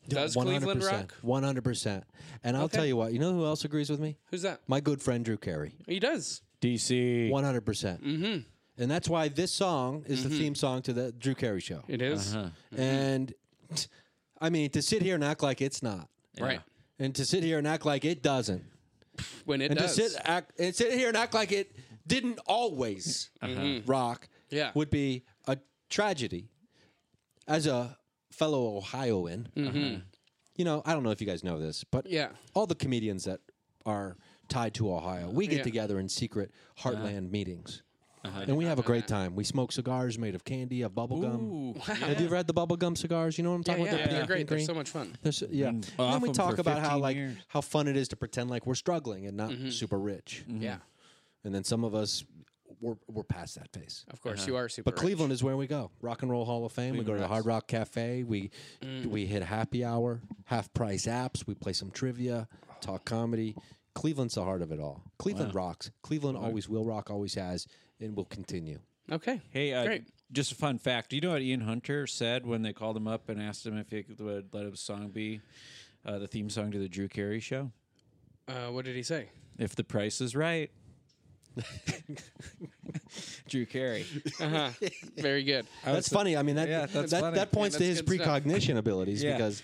S3: Does Cleveland rock?
S2: 100%. And I'll
S3: Okay.
S2: tell you what, you know who else agrees with me?
S3: Who's that?
S2: My good friend Drew Carey.
S3: He does.
S1: DC.
S2: One hundred percent.
S3: Mm-hmm.
S2: And that's why this song is the theme song to the Drew Carey show.
S3: It is.
S2: Uh-huh. And I mean, to sit here and act like it's not,
S3: Right.
S2: and to sit here and act like it doesn't,
S3: When it
S2: and
S3: does.
S2: to sit act and sit here and act like it didn't always Uh-huh. rock,
S3: Mm-hmm. Yeah.
S2: would be a tragedy. As a fellow Ohioan, you know, I don't know if you guys know this, but
S3: Mm-hmm. Yeah.
S2: all the comedians that are tied to Ohio, we get
S3: Yeah. Uh-huh.
S2: together in secret heartland meetings. And we have a great time. We smoke cigars made of candy, of bubble gum. Have you ever had the bubble gum cigars? You know what I'm talking
S3: Yeah, yeah,
S2: about? They're
S3: they're
S2: pink Mm-hmm. and
S3: great. Mm-hmm. They're
S2: green.
S3: so much fun.
S2: There's, yeah. And
S1: off
S2: then we
S1: them
S2: talk
S1: for
S2: about how
S1: 15
S2: like
S1: years.
S2: how fun it is to pretend like we're struggling and not
S3: Mm-hmm.
S2: super rich.
S3: Yeah,
S2: And then some of us we're, we're past that phase.
S3: of course you are super.
S2: Uh-huh. But
S3: rich.
S2: Cleveland is where we go. Rock and Roll Hall of Fame. we go to the Hard Rock Cafe. We we hit happy hour, half price apps. We play some trivia, talk comedy. Cleveland's the heart of it all. Cleveland rocks. Cleveland always will rock, always has, and will continue.
S3: Okay.
S1: Hey, uh,
S3: Great.
S1: just a fun fact. Do you know what Ian Hunter said when they called him up and asked him if he could- would let his song be uh, the theme song to the Drew Carey show?
S3: Uh, what did he say?
S1: If the price is right. Drew Carey.
S3: Uh-huh. Very good.
S2: That's funny. I mean, that
S1: Yeah, that's
S2: that,
S1: funny.
S2: that points
S3: Yeah,
S2: to
S3: that's
S2: his
S3: good stuff.
S2: precognition abilities
S1: Yeah.
S2: because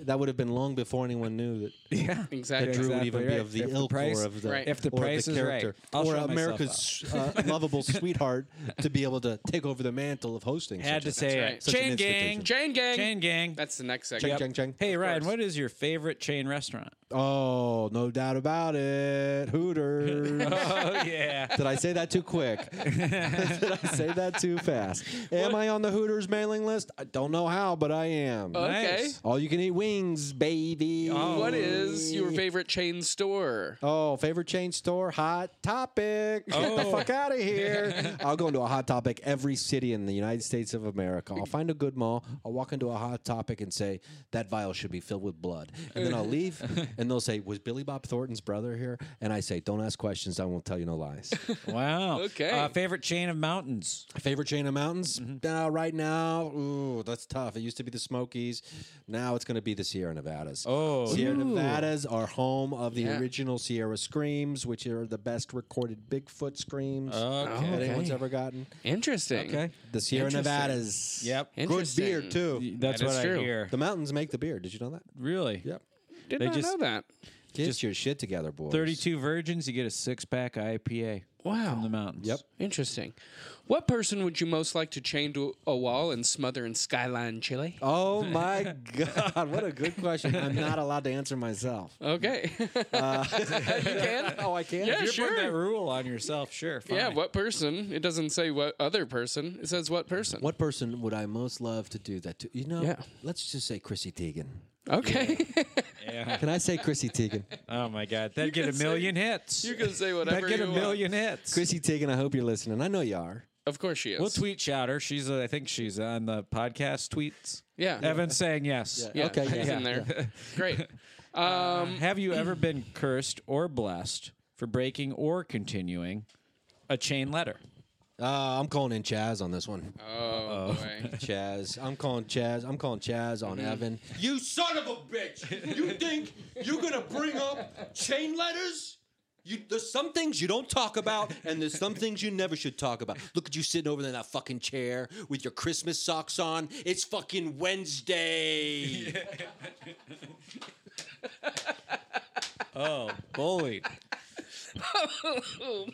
S2: that would have been long before anyone knew that
S1: Yeah.
S3: Exactly.
S2: Drew would even be
S1: right.
S2: of the
S1: If the
S2: ilk
S1: price-
S2: or of the
S3: Right.
S1: If the
S2: or of
S1: price is right,
S2: character
S1: I'll
S2: or
S1: show myself
S2: America's uh, lovable sweetheart to be able to take over the mantle of hosting.
S1: Had to
S2: such a-
S1: say
S3: right.
S1: it.
S2: Such an
S1: Chain gang.
S2: institution.
S3: Chain gang.
S1: Chain gang.
S3: That's the next
S2: Chang,
S3: segment.
S2: chang, chang.
S1: Hey Ryan,
S3: course.
S1: what is your favorite chain restaurant?
S2: Oh, no doubt about it. Hooters.
S1: Oh yeah.
S2: Did I say that too quick? Did I say that too fast? Am I on the Hooters mailing list? I don't know how, but I am.
S3: Okay.
S1: Nice.
S2: All you can eat wings, baby.
S3: Uh, What is your favorite chain store?
S2: Oh, favorite chain store, Hot Topic. Get the
S1: Oh.
S2: fuck out of here. I'll go into a Hot Topic every city in the United States of America. I'll find a good mall. I'll walk into a Hot Topic and say, that vial should be filled with blood. And then I'll leave and they'll say, was Billy Bob Thornton's brother here? And I say, don't ask questions. I won't tell you no lies.
S1: Wow.
S3: Okay.
S1: Uh, favorite chain of mountains.
S2: favorite chain of mountains? Now, right now, ooh, that's tough. It used to be the Smokies. Now it's going to be the Sierra Nevadas.
S1: Oh.
S2: Sierra Nevadas are home of the
S3: Yeah.
S2: original Sierra Screams, which are the best recorded Bigfoot screams
S1: Okay.
S2: that anyone's ever gotten.
S3: Interesting.
S1: Okay.
S2: The Sierra
S3: Interesting.
S2: Nevadas.
S1: Yep.
S2: Good
S3: Interesting.
S2: beer, too.
S1: That's
S3: That is
S1: what
S3: true.
S1: I hear.
S2: The mountains make the beer. Did you know that?
S1: Really?
S2: Yep.
S3: Did
S1: They
S3: not
S1: just-
S3: know that.
S2: Get your shit together, boys.
S1: 32 virgins, you get a six pack IPA from the
S3: Wow.
S1: mountains. Yep.
S3: Interesting. What person would you most like to chain to a wall and smother in skyline chili?
S2: Oh my God! What a good question. I'm not allowed to answer myself.
S3: Okay. you can.
S2: Oh, I can't.
S3: Yeah,
S1: You're putting that
S3: sure.
S1: rule on yourself, sure. Fine.
S3: Yeah, what person? It doesn't say what other person. It says what person.
S2: What person would I most love to do that to? You know,
S3: Yeah.
S2: let's just say Chrissy Teigen.
S3: Okay.
S1: Yeah.
S2: Can I say Chrissy Teigen?
S1: Oh my God, that'd get
S3: can
S1: a
S3: say-
S1: million hits.
S3: you can say whatever
S1: That'd get
S3: you
S1: a
S3: want.
S1: million hits.
S2: Chrissy Teigen, I hope you're listening. I know you are.
S3: Of course she is.
S1: We'll tweet shout her. She's uh, I think she's on the podcast tweets.
S3: Yeah.
S1: Evan's saying yes. Um,
S3: Yeah,
S2: Okay,
S3: she's
S2: yeah,
S3: in there. Great.
S1: Have you ever been cursed or blessed for breaking or continuing a chain letter?
S2: Uh, I'm calling in Chaz on this one.
S3: Oh, boy.
S2: Chaz, I'm calling Chaz. I'm calling Chaz on Evan.
S5: Mm-hmm. You son of a bitch! You think you're gonna bring up chain letters? You, there's some things you don't talk about, and there's some things you never should talk about. Look at you sitting over there in that fucking chair with your Christmas socks on. It's fucking Wednesday.
S3: Oh,
S1: Bullied.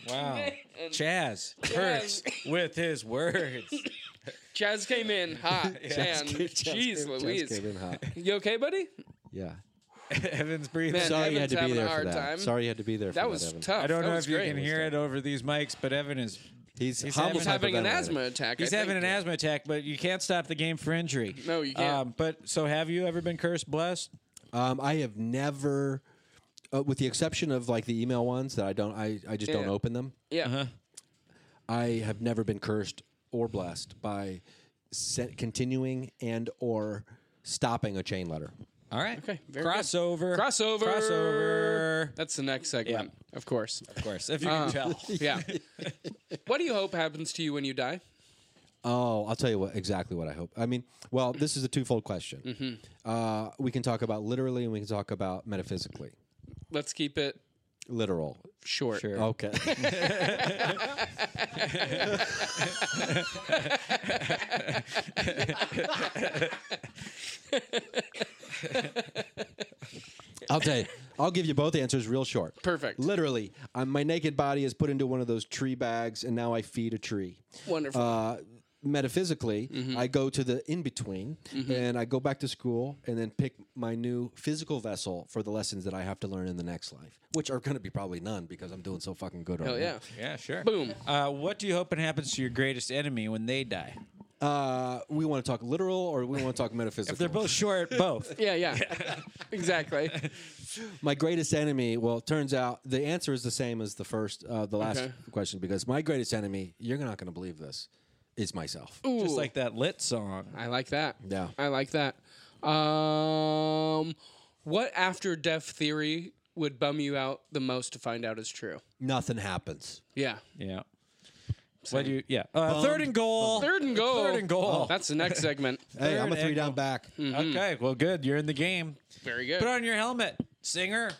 S1: wow. Chaz cursed with his words.
S3: Chaz came in hot. Man, jeez Louise.
S2: Chaz came in hot.
S3: You okay, buddy?
S2: Yeah.
S1: Evan's breathing.
S3: Man,
S2: Sorry you had
S3: Evan's
S2: to be
S3: having a
S2: there for
S3: hard
S2: that.
S3: time.
S2: Sorry you had to be there for that.
S3: That was
S2: Evan.
S3: tough.
S1: I don't
S3: That
S1: know
S3: was
S1: if you
S3: great.
S1: can hear it over these mics, but Evan is
S2: He's,
S1: He's
S2: hum-
S1: having-
S3: He's having an
S2: hyperventilating.
S3: asthma attack. I
S1: he's having an
S3: think.
S1: asthma attack, but you can't stop the game for injury. Um,
S3: No, you can't.
S1: but so have you ever been cursed, blessed?
S2: Um, I have never, uh, with the exception of like the email ones that I don't, I, I just don't
S3: Yeah.
S2: open them.
S3: Yeah.
S2: I have never been cursed or blessed by se- continuing and or stopping a chain letter.
S1: All right.
S3: Okay, very good.
S1: Crossover.
S3: Crossover.
S1: Crossover.
S3: That's the next segment, of course.
S1: Of course, if you can
S3: Uh,
S1: tell.
S3: Yeah. what do you hope happens to you when you die?
S2: Oh, I'll tell you what exactly what I hope. I mean, well, this is a twofold question.
S3: Mm-hmm.
S2: Uh, we can talk about literally, and we can talk about metaphysically.
S3: Let's keep it
S2: Literal.
S3: short.
S2: Okay. I'll tell you. I'll give you both answers real short.
S3: Perfect.
S2: Literally, um, my naked body is put into one of those tree bags, and now I feed a tree.
S3: Wonderful.
S2: Uh, metaphysically, I go to the in between, and I go back to school, and then pick my new physical vessel for the lessons that I have to learn in the next life, which are going to be probably none because I'm doing so fucking good.
S3: Hell
S2: right
S3: yeah.
S1: Yeah, sure.
S3: Boom.
S1: Uh, what do you hope happens to your greatest enemy when they die?
S2: Now. Uh, we want to talk literal, or we want to talk metaphysical.
S1: If they're both short, both.
S3: Yeah, yeah. exactly.
S2: my greatest enemy well it turns out the answer is the same as the first uh, the last
S3: Okay.
S2: question because my greatest enemy you're not going to believe this is myself
S1: Just
S3: Ooh.
S1: like that lit song.
S3: I like that.
S2: Yeah.
S3: I like that. Um, what after death theory would bum you out the most to find out is true?
S2: nothing happens
S3: Yeah.
S1: Yeah. What do you? Yeah. Uh, third and goal.
S3: Third and goal. Oh,
S1: Third and goal.
S3: That's mm-hmm. the next segment.
S2: hey i'm a
S1: Third
S2: three down
S1: angle.
S2: back
S1: Okay. Well, good. You're in the game.
S3: Very good.
S1: Put on your helmet, singer.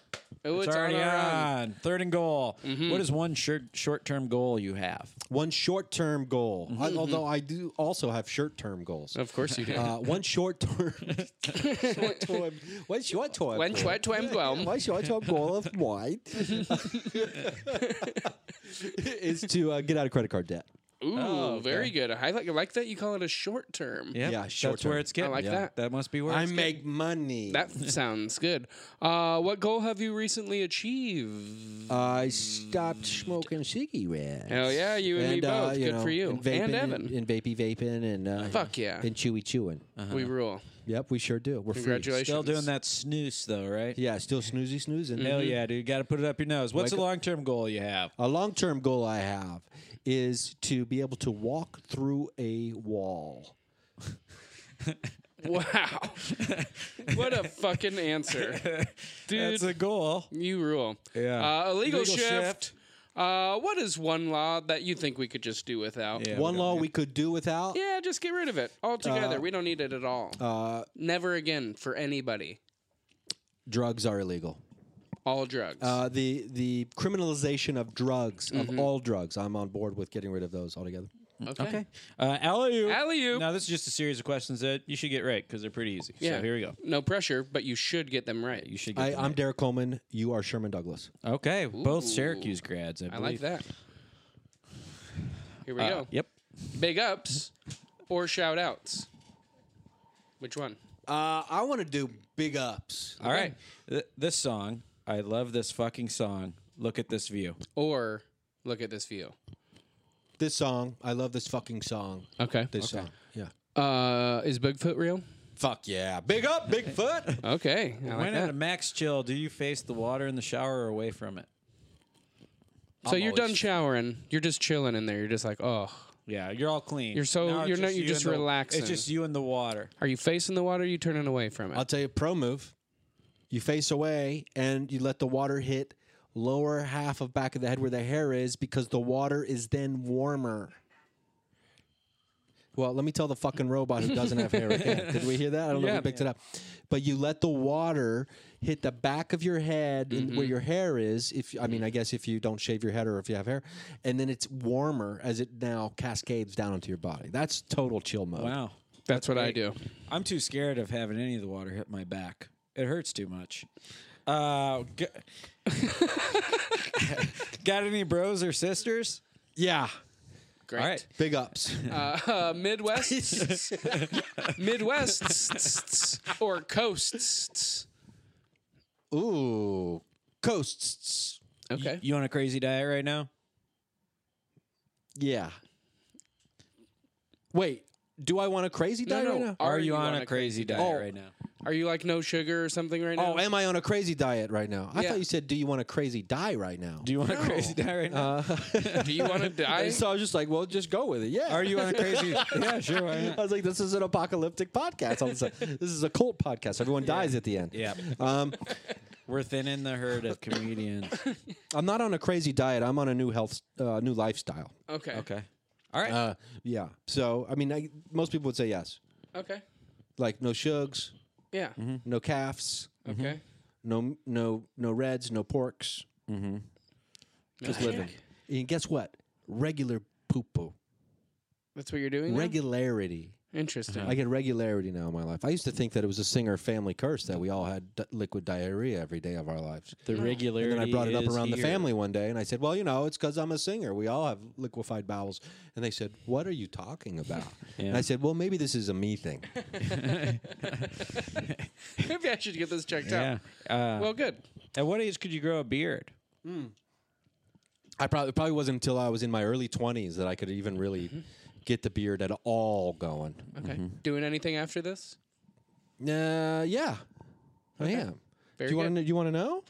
S3: Ooh,
S1: It's,
S3: it's
S1: already
S3: on Mm-hmm.
S1: on.
S3: our
S1: Third and goal. What is one short short-term goal you have?
S2: one short-term goal I, although i do also have short-term goals
S3: Mm-hmm. Of course you do.
S1: Oh,
S2: uh, one short-term short-term one short-term
S3: One
S2: goal.
S3: short-term goal.
S2: my short-term goal of mine is to uh, get out of credit card debt
S3: Ooh, very good. I like, I like that you call it a short term.
S1: Yep,
S2: Yeah,
S1: That's
S2: short-term.
S1: where it's getting.
S3: I like that.
S1: That must be where
S2: i
S1: it's
S2: make money
S3: That sounds good. Uh, what goal have you recently achieved?
S2: I stopped smoking cigarettes.
S3: Hell Oh, yeah, you and me
S2: uh,
S3: both.
S2: you
S3: Good
S2: know,
S3: for you.
S2: And, vaping
S3: And Evan.
S2: And, vapey vaping and uh,
S3: Fuck yeah.
S2: and chewy chewing.
S1: Uh-huh.
S3: We rule.
S2: Yep, we sure do. We're free.
S3: Congratulations.
S1: Still doing that snooze though, right?
S2: Yeah, still snoozy snoozing.
S3: Mm-hmm.
S1: Hell yeah, dude. Got to put it up your nose. What's a long-term goal you have?
S2: A long term goal I have is to be able to walk through a wall.
S3: Wow. what a fucking answer. Dude,
S1: That's a goal.
S3: you rule.
S1: Yeah.
S3: Uh, illegal,
S1: Illegal
S3: shift.
S1: shift.
S3: Uh, what is one law that you think we could just do without?
S1: Yeah, Uh,
S2: One
S1: we
S2: law
S1: don't-
S2: we could do without.
S3: Yeah, just get rid of it altogether. we don't need it at all.
S2: Uh,
S3: Never again for anybody.
S2: drugs are illegal.
S3: All drugs.
S2: Uh, the the criminalization of drugs of all drugs. I'm on board with getting rid of those altogether.
S3: okay.
S1: Uh, alley-oop.
S3: Alley-oop.
S1: Now this is just a series of questions that you should get right because they're pretty easy.
S3: Yeah.
S1: So here we go.
S3: No pressure, but you should get them right.
S1: You should. Get
S2: I,
S1: them
S2: I'm
S1: right.
S2: Derek Coleman. You are Sherman Douglas.
S1: Okay, both
S3: Ooh.
S1: Syracuse grads. I,
S3: I
S1: believe.
S3: like that. Here we
S1: Uh,
S3: go.
S1: yep.
S3: Big ups or shout outs? Which one?
S2: Uh, I want to do big ups.
S1: All right. Th- this song, I love this fucking song. Look at this view.
S3: Or look at this view.
S2: This song, I love this fucking song.
S3: Okay.
S2: This song, yeah.
S3: Uh, is Bigfoot real?
S2: Fuck yeah, big up, Bigfoot.
S3: Okay. I like
S1: when at a
S3: that.
S1: max chill, do you face the water in the shower or away from it?
S3: So you're done showering. You're just chilling in there. You're just like, oh,
S1: Yeah, you're all clean.
S3: You're so-
S1: Now it's
S3: you're not- you're
S1: you
S3: just
S1: and the-
S3: relaxing.
S1: It's just you and the water.
S3: Are you facing the water? Or are you turning away from it?
S2: I'll tell you, a pro move. You face away and you let the water hit lower half of back of the head where the hair is because the water is then warmer. Well, let me tell the fucking robot who doesn't have hair again. Did we hear that? I don't know
S3: Yeah.
S2: if we picked it up. But you let the water hit the back of your head and where your hair is. If I mean, I guess if you don't shave your head or if you have hair, and then it's warmer as it now cascades down into your body. That's total chill mode.
S1: Wow.
S3: That's what I
S1: great.
S3: do.
S1: I'm too scared of having any of the water hit my back. It hurts too much. Uh, g- got any bros or sisters?
S2: Yeah,
S3: Great.
S1: All right.
S2: big ups.
S3: Uh, Midwest, Midwest, or coasts.
S2: Ooh, coasts.
S3: Okay.
S1: You on a crazy diet right now?
S2: Yeah. Wait, do I want a crazy
S3: No,
S2: diet
S3: no.
S2: right now?
S1: Are, you, on, a crazy, diet
S2: diet?
S1: right now?
S3: Are you like no sugar or something right now?
S2: Oh, am I on a crazy diet right now? I
S3: Yeah.
S2: thought you said, "Do you want a crazy die right now?"
S1: Do you want a crazy diet right
S2: Uh,
S1: now?
S3: do you want to die?
S2: so I was just like, "Well, just go with it." Yeah.
S1: Are you on a crazy? yeah, sure. Why
S2: I
S1: not?
S2: was like, "This is an apocalyptic podcast. All of a sudden. this is a cult podcast. Everyone dies at the end."
S1: Yeah,
S2: Um,
S1: we're thinning the herd of comedians.
S2: I'm not on a crazy diet. I'm on a new health, uh, new lifestyle.
S3: okay. Okay.
S1: Okay. All right.
S2: Uh, yeah. So I mean, I, most people would say yes. Like no sugars,
S3: Yeah.
S1: Mm-hmm.
S2: no calves,
S3: Okay.
S2: no no no reds, no porks. Just
S3: Nice.
S2: living. And guess what? Regular poo poo.
S3: That's what you're doing. now?
S2: Regularity.
S3: Interesting.
S2: I get regularity now in my life. I used to think that it was a singer family curse that we all had d- liquid diarrhea every day of our lives.
S1: the regularity.
S2: And then I brought it up
S1: is
S2: around the
S1: here.
S2: family one day and I said, Well, you know, it's because I'm a singer. We all have liquefied bowels. And they said, What are you talking about? And I said, Well, maybe this is a me thing.
S3: Maybe I should get this checked
S1: Yeah.
S3: out.
S1: Uh,
S3: Well, good.
S1: at what age could you grow a beard?
S2: I probably it probably wasn't until I was in my early 20s that I could even really
S1: Mm-hmm.
S2: get the beard at all going.
S3: Okay.
S2: Mm-hmm.
S3: Doing anything after this?
S2: Uh, yeah, I am. do
S3: Very
S2: you
S3: good.
S2: want to? You want to know?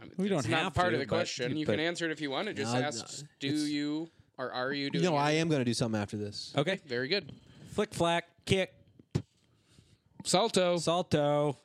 S3: I mean,
S1: We don't
S3: it's not
S1: have
S3: part
S1: to,
S3: of the
S1: but-
S3: question. You
S1: but-
S3: can answer it if you want to. Just
S2: No,
S3: ask,
S2: no,
S3: s- do you or are you doing
S2: No, I
S3: it?
S2: am going to do something after this.
S1: Okay.
S3: Very good.
S1: Flick, flack, kick,
S3: Salto.
S1: salto.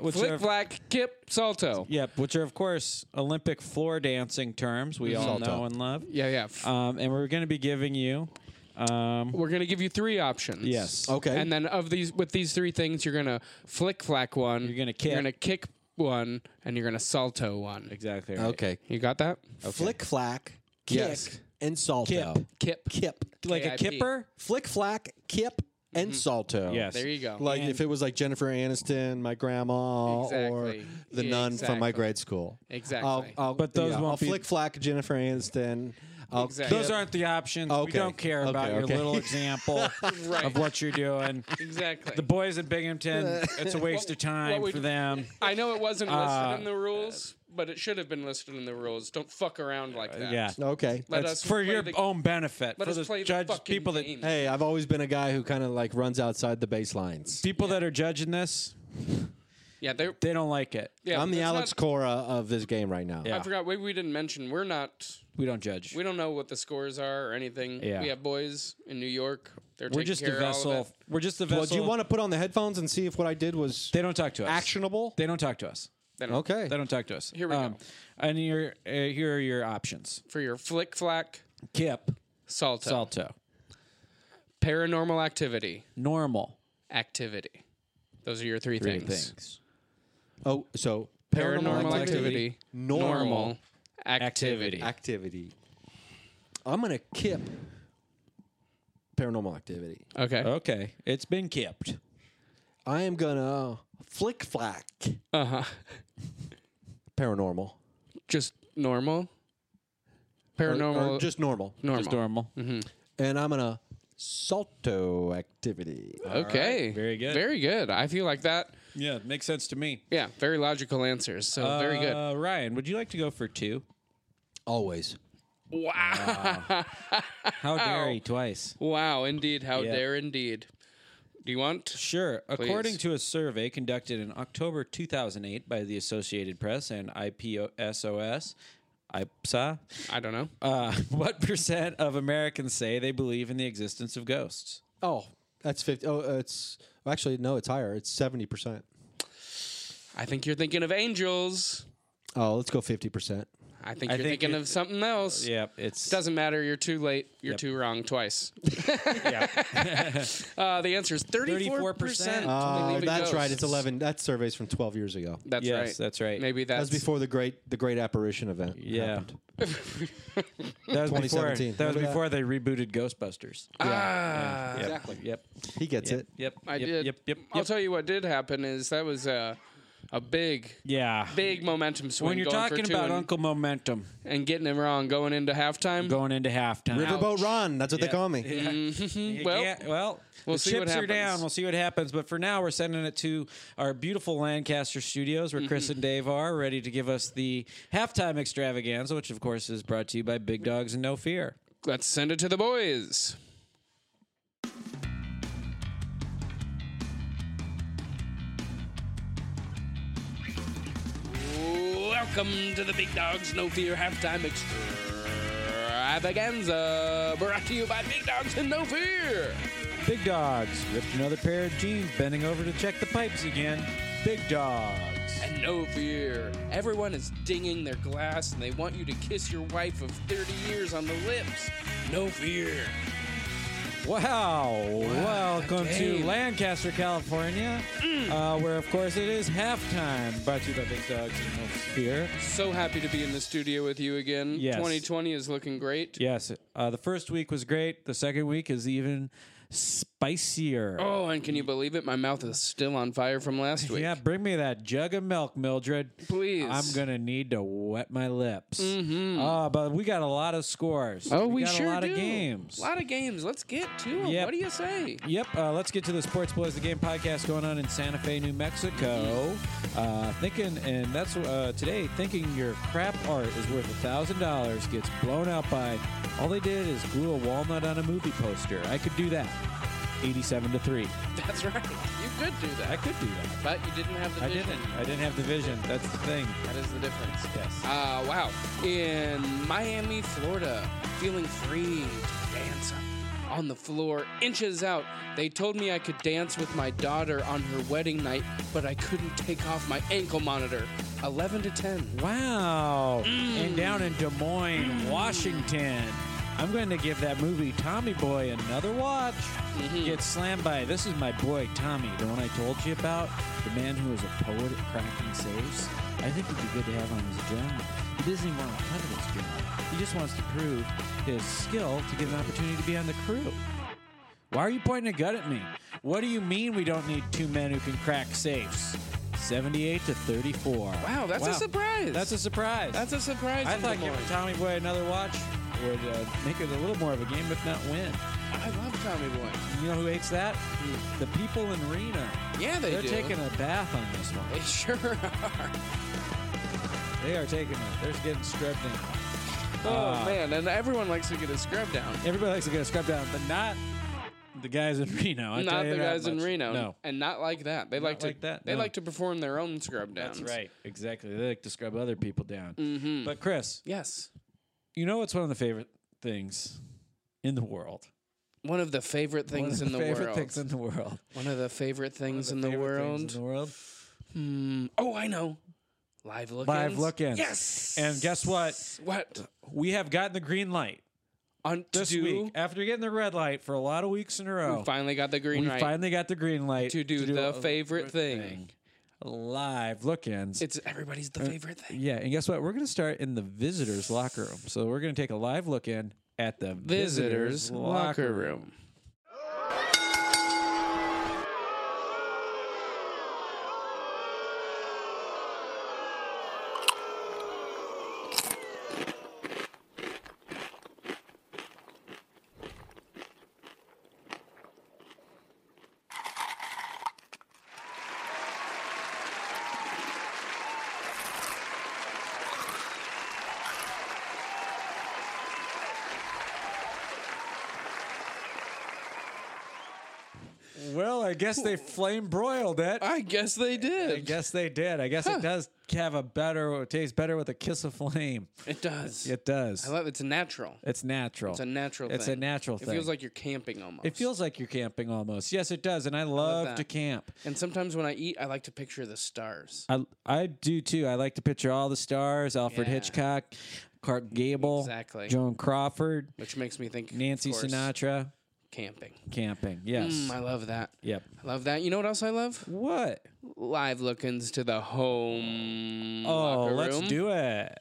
S1: which
S3: Flick,
S1: are-
S3: flack, kip, salto.
S1: Yep, which are of course Olympic floor dancing terms we all
S2: Salto.
S1: know and love.
S3: Yeah, yeah. F-
S1: Um, and we're going to be giving you, um,
S3: We're going to give you three options.
S1: yes,
S2: Okay.
S3: And then of these, with these three things, you're going to flick, flack one.
S1: You're gonna
S3: You're
S1: kick.
S3: going to kick one, and you're going to salto one.
S1: exactly. Right.
S2: okay.
S3: You got that?
S2: Flick flack, kick,
S3: Yes.
S2: and salto.
S1: Kip.
S3: Kip.
S2: Kip.
S1: like a
S3: KIP.
S1: kipper.
S2: Flick flack, kip, and salto.
S1: Yes.
S3: There you go.
S2: Like if it was like Jennifer Aniston, my grandma, or
S3: Exactly.
S2: the nun from my
S3: Exactly.
S2: grade school.
S3: Exactly.
S2: I'll, I'll,
S1: But those
S2: yeah,
S1: won't
S2: I'll
S1: be-
S2: flick flack Jennifer Aniston. I'll
S3: Exactly.
S2: kip.
S1: Those aren't the options. We
S2: Okay.
S1: don't care about
S2: Okay,
S1: your
S2: okay.
S1: little example
S3: Right.
S1: of what you're doing.
S3: exactly.
S1: The boys in Binghamton, it's a waste of time
S3: what would-
S1: for them.
S3: I know it wasn't listed
S1: Uh, uh,
S3: in the rules, but it should have been listed in the rules. Don't fuck around like that.
S1: Yeah,
S2: Okay.
S3: Let
S1: That's
S3: us
S1: for
S3: play
S1: your
S3: the-
S1: own benefit.
S3: Let
S1: for
S3: us
S1: the
S3: play
S1: judge
S3: the fucking
S1: people that
S3: game.
S2: Hey, I've always been a guy who kind of like runs outside the baselines.
S1: people that are judging this,
S3: yeah, they're,
S1: they don't like it.
S3: yeah,
S2: I'm the
S3: that's
S2: Alex
S3: not-
S2: Cora of this game right now.
S1: Yeah.
S3: I forgot. Maybe we didn't mention we're not.
S1: We don't judge.
S3: We don't know what the scores are or anything.
S1: Yeah.
S3: We have boys in New York. They're
S1: We're
S3: taking
S1: just the
S3: care of all
S1: vessel.
S3: of it.
S1: We're just the vessel.
S2: Well, do you want to put on the headphones and see if what I did was
S1: They don't talk to us.
S2: actionable?
S1: They don't talk to us.
S3: Then
S2: Okay.
S1: They don't talk to us. Um,
S3: Here we go.
S1: And your, uh, here are your options:
S3: For your flick flack,
S1: Kip,
S3: salto,
S1: Salto,
S3: paranormal activity,
S1: Normal,
S3: activity. Those are your three,
S1: three
S3: things.
S1: things.
S2: Oh, so
S3: Paranormal,
S1: Paranormal
S3: activity,
S1: activity,
S2: normal
S3: normal
S1: activity.
S3: activity.
S2: activity. I'm gonna kip paranormal activity.
S3: Okay.
S1: Okay, it's been kipped.
S2: I am gonna flick flack
S3: Uh huh.
S2: paranormal.
S3: Just normal.
S2: Or- or
S3: Paranormal.
S2: just normal.
S3: normal.
S1: Just normal.
S2: And I'm gonna salto activity.
S3: Uh, Okay.
S1: Very good.
S3: Very good. I feel like that.
S1: Yeah, makes sense to me.
S3: Yeah. Very logical answers. So Mm-hmm. Oh, very good.
S1: Uh, Ryan, would you like to go for two?
S2: Always.
S3: Oh.
S1: How dare he twice?
S3: Wow. Indeed. How
S1: Yeah.
S3: dare indeed. Do you want?
S1: Sure. According
S3: Please.
S1: to a survey conducted in October 2008 by the Associated Press and IPSOS, IPSA.
S3: I don't know.
S1: Uh, what percent of Americans say they believe in the existence of ghosts?
S2: Oh, that's 50. Oh, uh, it's well, actually, no, it's higher. It's 70%.
S3: I think you're thinking of angels.
S2: Oh, let's go 50%.
S3: I think
S1: I
S3: you're
S1: think
S3: thinking
S1: it-
S3: of something else.
S1: Yep, it's
S3: Doesn't matter. You're too late. You're too wrong twice. uh, the answer is 34%.
S1: 34%.
S2: Oh,
S3: believe in
S2: that's right.
S3: ghosts.
S2: It's 11. That survey's from 12 years ago.
S3: That's
S1: Yes,
S3: right.
S1: that's right.
S3: Maybe
S2: That
S3: that's,
S2: was before the great the great apparition event.
S1: yeah.
S2: happened.
S1: That was before. That
S2: 2017.
S1: was before
S2: Remember that?
S1: they rebooted Ghostbusters.
S3: Ah,
S1: Yep, Yep.
S2: He gets
S1: Yep.
S2: it.
S1: Yep.
S3: I
S1: yep,
S3: did.
S1: Yep. Yep.
S3: I'll
S1: yep.
S3: tell you what did happen is that was a, a big,
S1: yeah.
S3: big momentum swing.
S1: When you're
S3: going for
S1: talking
S3: two
S1: about
S3: and,
S1: Uncle Momentum
S3: and getting it wrong going into halftime,
S1: going into halftime,
S2: Riverboat Ron. That's what
S1: Yeah.
S2: they call me.
S3: well,
S1: yeah, well,
S3: we'll
S1: the
S3: see what
S1: chips are down.
S3: happens.
S1: We'll see what happens. But for now, we're sending it to our beautiful Lancaster studios,
S3: Mm-hmm.
S1: where Chris and Dave are ready to give us the halftime extravaganza, which of course is brought to you by Big Dogs and No Fear.
S3: let's send it to the boys. Welcome to the Big Dogs No Fear Halftime Extravaganza, brought to you by Big Dogs and No Fear.
S1: Big Dogs ripped another pair of jeans, bending over to check the pipes again. Big Dogs.
S3: And no fear. Everyone is dinging their glass and they want you to kiss your wife of 30 years on the lips. No fear.
S1: Wow. Welcome to
S3: damn. Mm.
S1: Lancaster, California, uh, where, of course, it is halftime. Brought to you by Big Dogs and No Fear.
S3: So happy to be in the studio with you again.
S1: Yes.
S3: 2020 is looking great.
S1: Yes. Uh, the first week was great. The second week is even spicier.
S3: Oh, and can you believe it? My mouth is still on fire from last week.
S1: Yeah, bring me that jug of milk, Mildred.
S3: Please.
S1: I'm gonna need to wet my lips. Mm-hmm. but we got a lot of scores.
S3: Oh, we,
S1: got
S3: sure
S1: a lot
S3: do.
S1: of games.
S3: A lot of games. Let's get to 'em.
S1: Yep.
S3: What do you say?
S1: Yep, uh, let's get to the Sports Boys the Game podcast going on in Santa Fe, New Mexico. Uh, thinking, and that's uh, today, thinking your crap art is worth a $1,000 gets blown out by all they did is glue a walnut on a movie poster. I could do that. 87 to 3.
S3: That's right. You could do
S1: I
S3: that,
S1: could do that.
S3: but you didn't have the
S1: I
S3: vision.
S1: didn't. I didn't have the vision. That's the thing.
S3: That is the difference.
S1: Yes.
S3: Uh, wow. In Miami, Florida, feeling free to dance on the floor, inches out. They told me I could dance with my daughter on her wedding night, but I couldn't take off my ankle monitor. 11 to 10.
S1: Wow. And down in Des Moines, Washington. I'm going to give that movie Tommy Boy another watch. Get slammed by this is my boy Tommy, the one I told you about, the man who is a poet at cracking safes. I think it'd be good to have on his journal. He doesn't even want to cover this journal. He just wants to prove his skill to get an opportunity to be on the crew. Why are you pointing a gun at me? What do you mean we don't need two men who can crack safes? 78 to 34.
S3: Wow, that's a surprise.
S1: That's a surprise.
S3: That's a surprise.
S1: I
S3: in
S1: thought
S3: Des Moines.
S1: giving Tommy Boy another watch would uh, make it a little more of a game, if not win.
S3: I love Tommy Boy.
S1: You know who hates that? The people in Reno.
S3: Yeah, they
S1: They're
S3: do.
S1: taking a bath on this one.
S3: They sure are.
S1: They are taking it. They're getting scrubbed down.
S3: Oh
S1: Uh,
S3: man, and everyone likes to get a scrub down.
S1: Everybody likes to get a scrub down, but not the guys in Reno. I tell
S3: not
S1: you
S3: the
S1: that
S3: guys in
S1: much.
S3: Reno,
S1: No.
S3: and not like that. They like to
S1: like that,
S3: they
S1: no.
S3: like to perform their own scrub downs. Mm. Mm-hmm.
S1: That's right. Exactly. They like to scrub other people down. But Chris,
S3: Yes,
S1: you know what's one of the favorite things in the world?
S3: one of the favorite
S1: One of
S3: things in the
S1: favorite
S3: world.
S1: things in the world.
S3: One of the favorite things
S1: One
S3: in
S1: of
S3: the
S1: favorite things
S3: world.
S1: In the world.
S3: Oh, I know. Live look.
S1: Live look-ins.
S3: Yes.
S1: And guess what?
S3: What
S1: We have gotten the green light.
S3: on to
S1: this
S3: do?
S1: week after getting the red light for a lot of weeks in a row.
S3: We finally got the green
S1: we
S3: right
S1: finally got the green light
S3: to do the favorite thing.
S1: live look-ins.
S3: It's everybody's
S1: Uh,
S3: the favorite thing.
S1: yeah, and guess what? We're going to start in the visitors' locker room. So we're going to take a live look in at the visitors',
S3: Visitors locker room.
S1: Well, I guess they flame broiled it.
S3: I guess they did.
S1: I guess they did. I guess it does have a better, it tastes better with a kiss of flame.
S3: it does.
S1: It does.
S3: I love it's natural.
S1: it's natural.
S3: It's a natural.
S1: It's
S3: thing.
S1: a natural thing.
S3: It feels like you're camping almost.
S1: It feels like you're camping almost. Yes, it does. And I love
S3: that.
S1: to camp.
S3: And sometimes when I eat, I like to picture the stars.
S1: I, I do too. I like to picture all the stars Alfred
S3: Yeah.
S1: Hitchcock, Clark Gable,
S3: Exactly.
S1: Joan Crawford,
S3: Which makes me think of
S1: Nancy
S3: course,
S1: Sinatra,
S3: Camping.
S1: camping. Yes.
S3: Mm, I love that.
S1: yep.
S3: I love that. You know what else I love?
S1: What?
S3: Live look-ins to the home.
S1: Oh,
S3: locker
S1: let's
S3: room.
S1: do it.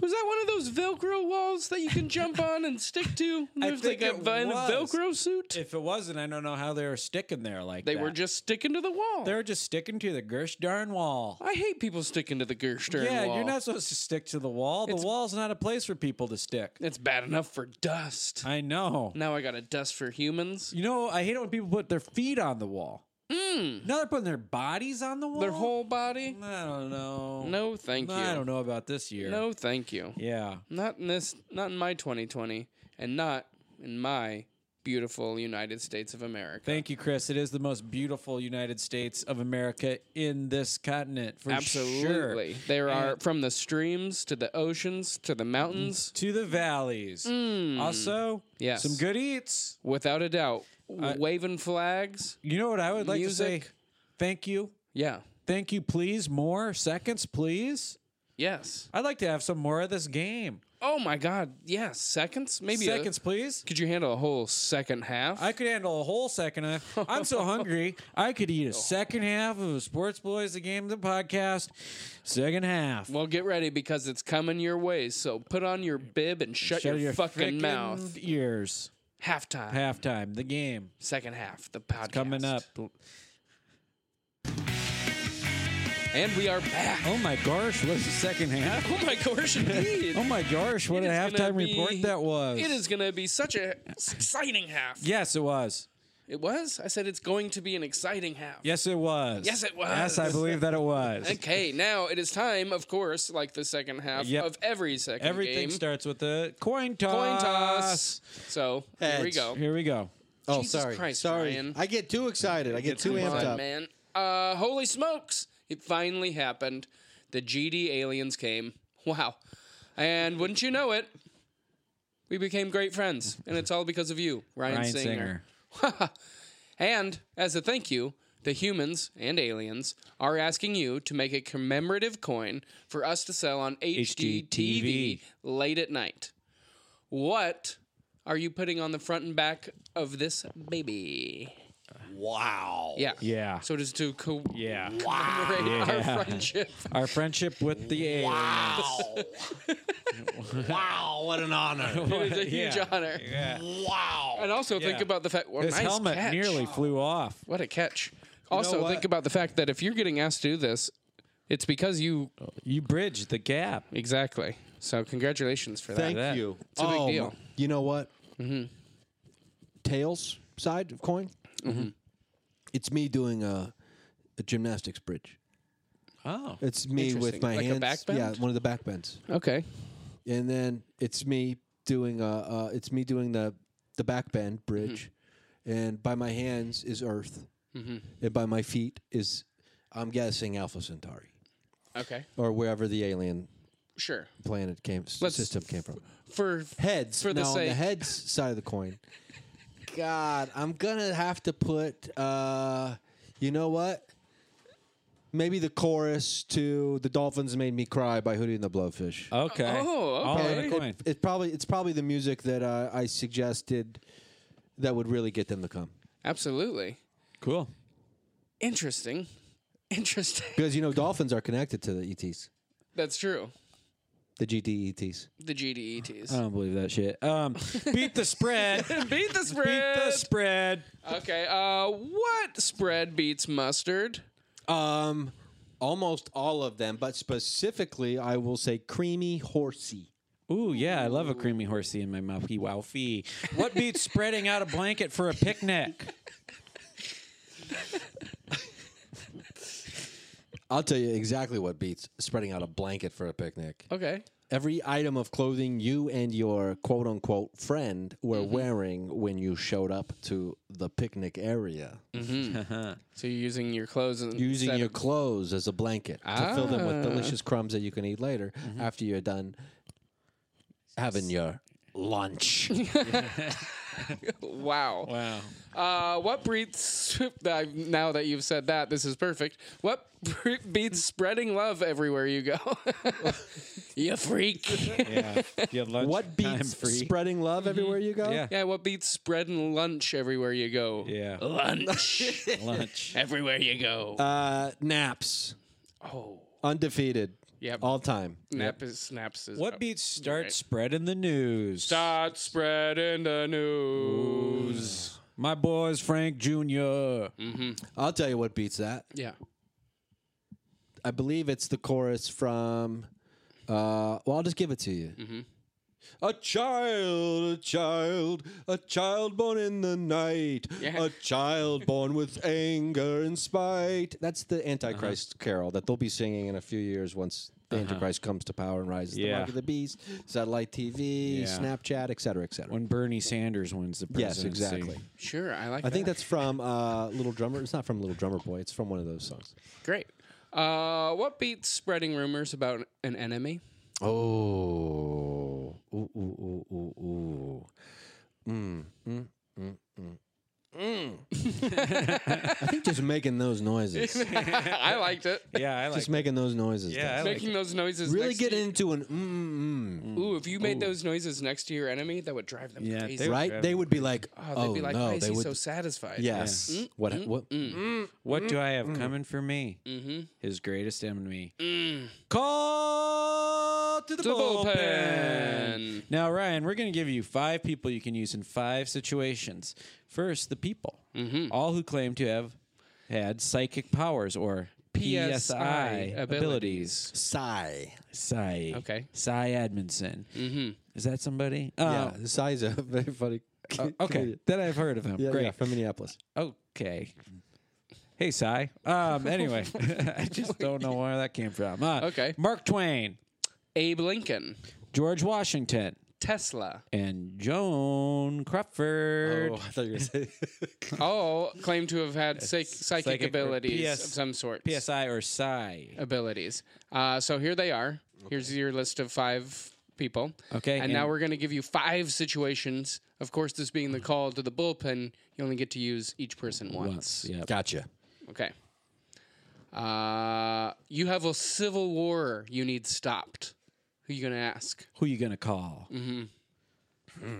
S3: Was that one of those Velcro walls that you can jump on and stick to?
S1: I
S3: There's like
S1: think
S3: a,
S1: it
S3: vi- in a
S1: was.
S3: Velcro suit.
S1: If it wasn't, I don't know how they were sticking there like
S3: they
S1: that.
S3: were just sticking to the wall.
S1: they were just sticking to the Gersh darn wall.
S3: I hate people sticking to the Gerstern
S1: yeah,
S3: wall.
S1: you're not supposed to stick to the wall. The
S3: It's-
S1: wall's not a place for people to stick.
S3: It's bad enough for dust.
S1: I know.
S3: now I got a dust for humans.
S1: You know, I hate it when people put their feet on the wall. Mm. Now they're putting their bodies on the wall.
S3: Their whole body.
S1: I don't know.
S3: No, thank you.
S1: I don't know about this year.
S3: No, thank you.
S1: Yeah.
S3: Not in this. Not in my 2020, and not in my beautiful United States of America.
S1: Thank you, Chris. It is the most beautiful United States of America in this continent, for
S3: Absolutely.
S1: sure.
S3: There are from the streams to the oceans to the mountains.
S1: To the valleys. Also,
S3: Mm. Yes.
S1: some good eats.
S3: Without a doubt, waving flags.
S1: You know what I would like to
S3: Music.
S1: say? Thank you.
S3: Yeah.
S1: Thank you, please. More seconds, please.
S3: Yes.
S1: I'd like to have some more of this game.
S3: Oh my God. Yes. Seconds. Maybe a-
S1: seconds, please.
S3: could you handle a whole second half?
S1: I could handle a whole second half. I'm so hungry. I could eat a second half of a Sports Boys, the game, the podcast. Second half.
S3: Well, get ready because it's coming your way. So put on your bib and shut, your,
S1: frickin'
S3: fucking mouth.
S1: Ears.
S3: Halftime.
S1: Halftime. The game
S3: Second half. The podcast
S1: coming up.
S3: and we are back.
S1: Oh my gosh! What's the second half?
S3: Oh my gosh, indeed.
S1: Oh my gosh! What
S3: It
S1: a
S3: is gonna
S1: halftime
S3: be-
S1: report that was.
S3: It is going to be such a exciting half.
S1: Yes, it was.
S3: It was. I said it's going to be an exciting half.
S1: Yes, it was.
S3: Yes, it was.
S1: Yes, I believe that it was.
S3: Okay, now it is time, of course, like the second half
S1: Yep.
S3: of every second
S1: Everything
S3: game.
S1: starts with a coin toss.
S3: coin toss. So here we
S5: Heads.
S3: go.
S1: Here we go.
S5: Oh,
S3: Jesus
S5: sorry.
S3: Christ,
S5: sorry.
S3: Ryan.
S5: I get too excited. I get too
S3: Come
S5: amped
S3: on,
S5: up.
S3: man. Uh, holy smokes! It finally happened. The GD aliens came. Wow. And wouldn't you know it, we became great friends, and it's all because of you, Ryan,
S1: Ryan
S3: Singer.
S1: Singer.
S3: And as a thank you, the humans and aliens are asking you to make a commemorative coin for us to sell on HGTV,
S1: HGTV.
S3: late at night. What are you putting on the front and back of this baby?
S5: Wow.
S3: Yeah.
S1: Yeah.
S3: So it is to co-
S1: Yeah.
S3: commemorate
S1: Yeah.
S3: our friendship.
S1: Our friendship with the aliens.
S5: Wow. wow. What an honor.
S3: It is a huge
S1: Yeah.
S3: honor.
S5: Wow.
S3: And also think
S1: Yeah.
S3: about the fact. Well,
S1: His
S3: nice
S1: helmet
S3: catch.
S1: nearly flew off.
S3: What a catch. Also
S5: what?
S3: think about the fact that if you're getting asked to do this, it's because you
S1: You bridged the gap.
S3: Exactly. So congratulations for
S5: Thank
S3: that.
S5: you.
S3: It's a big
S2: Oh,
S3: deal.
S2: my- You know what? Mm-hmm. Tails side of coin. Mm-hmm. It's me doing a, a gymnastics bridge.
S1: Oh.
S2: It's me
S3: Interesting.
S2: with my
S3: Like a
S2: hands.
S3: back
S2: Yeah,
S3: bend?
S2: one of the back bends.
S3: Okay.
S2: and then it's me doing uh, uh it's me doing the the back bend bridge
S3: Mm-hmm.
S2: and by my hands is earth and by my feet is i'm guessing alpha centauri
S3: Okay.
S2: or wherever the alien
S3: Sure.
S2: planet came s-
S3: Let's-
S2: system came from
S3: For
S2: heads
S3: For the
S2: now on
S3: sake-
S2: the heads side of the coin god i'm gonna have to put uh you know what Maybe the chorus to "The Dolphins Made Me Cry" by Hootie and the Blowfish.
S1: Okay.
S3: Oh,
S1: All
S3: okay.
S1: on a
S2: it-
S1: coin.
S2: It, probably it's probably the music that uh, I suggested that would really get them to come
S3: absolutely
S1: Cool.
S3: interesting, interesting.
S2: because you know dolphins are connected to the ETs.
S3: That's true.
S2: The E GDETs.
S3: The E GDETs.
S1: I don't believe that shit. Um, beat the spread.
S3: Beat the
S1: Uh, Beat
S3: spread.
S1: the spread.
S3: okay. Uh, what spread beats mustard?
S2: Um, almost all of them, but specifically, I will say creamy horsey.
S1: Ooh, yeah, I love a creamy horsey in my mouth. Wee wow fee. What beats spreading out a blanket for a picnic?
S2: I'll tell you exactly what beats spreading out a blanket for a picnic.
S3: Okay.
S2: Every item of clothing you and your quote unquote friend were wearing when you showed up to the picnic area.
S3: So you're using your clothes and
S2: Using
S3: instead
S2: your
S3: of-
S2: clothes as a blanket to fill them with delicious crumbs that you can eat later after you're done having your lunch.
S3: wow.
S1: Wow.
S3: Uh, what breeds? I- Now that you've said that, this is perfect. What bre- beats spreading love everywhere you go? you freak.
S1: Yeah. You lunch
S2: what beats spreading love everywhere you go?
S1: Yeah.
S3: yeah. What beats spreading lunch everywhere you go?
S1: Yeah.
S3: Lunch
S1: Lunch.
S3: everywhere you go.
S2: Uh, naps.
S3: oh.
S2: Undefeated.
S3: Yep.
S2: All time.
S3: Nap is snaps is
S1: What
S3: up.
S1: beats start
S3: Right.
S1: spreading the news?
S3: Start spreading the news.
S1: My boys, Frank Jr.
S2: I'll tell you what beats that.
S3: Yeah.
S2: I believe it's the chorus from. Uh, well, I'll just give it to you.
S1: Mm-hmm.
S2: A child, a child, a child born in the night,
S3: Yeah.
S2: a child born with anger and spite. That's the Antichrist
S1: Uh-huh.
S2: carol that they'll be singing in a few years once the Antichrist comes to power and rises. The
S1: Yeah.
S2: mark of the beast, satellite TV,
S1: Yeah.
S2: Snapchat, et cetera, et cetera.
S1: When Bernie Sanders wins the presidency.
S2: yes, exactly.
S3: Sure. I like.
S2: I think
S3: that.
S2: that's from uh, Little Drummer. It's not from Little Drummer Boy. It's from one of those songs.
S3: great. Uh, what beats spreading rumors about an enemy?
S2: Oh. Ooh, ooh, ooh, ooh, ooh. Mm, mm, mm, mm. Mm. I think just making those noises.
S3: I liked it.
S1: Yeah, I like.
S2: just making those noises.
S1: Yeah, I
S2: does.
S1: like.
S3: Making those noises.
S2: really
S3: next
S2: get
S3: to you.
S2: into an mm, mm.
S3: Ooh, if you made those noises next to your enemy, that Mm. would drive them
S1: Yeah,
S3: crazy.
S1: they would-
S2: right? They would be like,
S3: Oh,
S2: oh,
S3: they'd be like,
S2: no,
S3: why is
S2: they
S3: he
S2: would.
S3: so satisfied?
S2: yes. what? what? Mm.
S1: What
S2: mm-hmm.
S1: do I have coming for me? Mm-hmm. His greatest enemy. Call to the,
S3: To the
S1: bullpen.
S3: bullpen.
S1: Now, Ryan, we're going to give you five people you can use in five situations. First, the people, all who claim to have had psychic powers or PSI,
S3: PSI
S1: abilities.
S2: Sigh.
S1: Psy.
S3: Okay.
S1: Psy Edmondson. Mm-hmm. Is that somebody? Uh,
S2: yeah, Sigh's a very funny.
S1: Okay. Then I've heard of him.
S2: Yeah,
S1: Great.
S2: yeah, from Minneapolis.
S1: Okay. Hey, Cy. Um, anyway, I just don't know where that came from. Uh,
S3: Okay.
S1: Mark Twain,
S3: Abe Lincoln,
S1: George Washington,
S3: Tesla.
S1: and Joan Crawford.
S2: Oh, I thought you were going to say.
S3: all claim to have had psych- psychic,
S1: Psychic or
S3: abilities
S1: PS
S3: of some sort.
S1: PSI or Psy.
S3: abilities. Uh, so here they are. Here's your list of five people.
S1: Okay,
S3: And,
S1: and-
S3: now we're going to give you five situations. Of course, this being the call to the bullpen, you only get to use each person once.
S1: Once. Yep.
S2: gotcha.
S3: Okay. Uh, you have a civil war you need stopped. Who you going to ask?
S1: Who you going to call?
S3: Mm-hmm.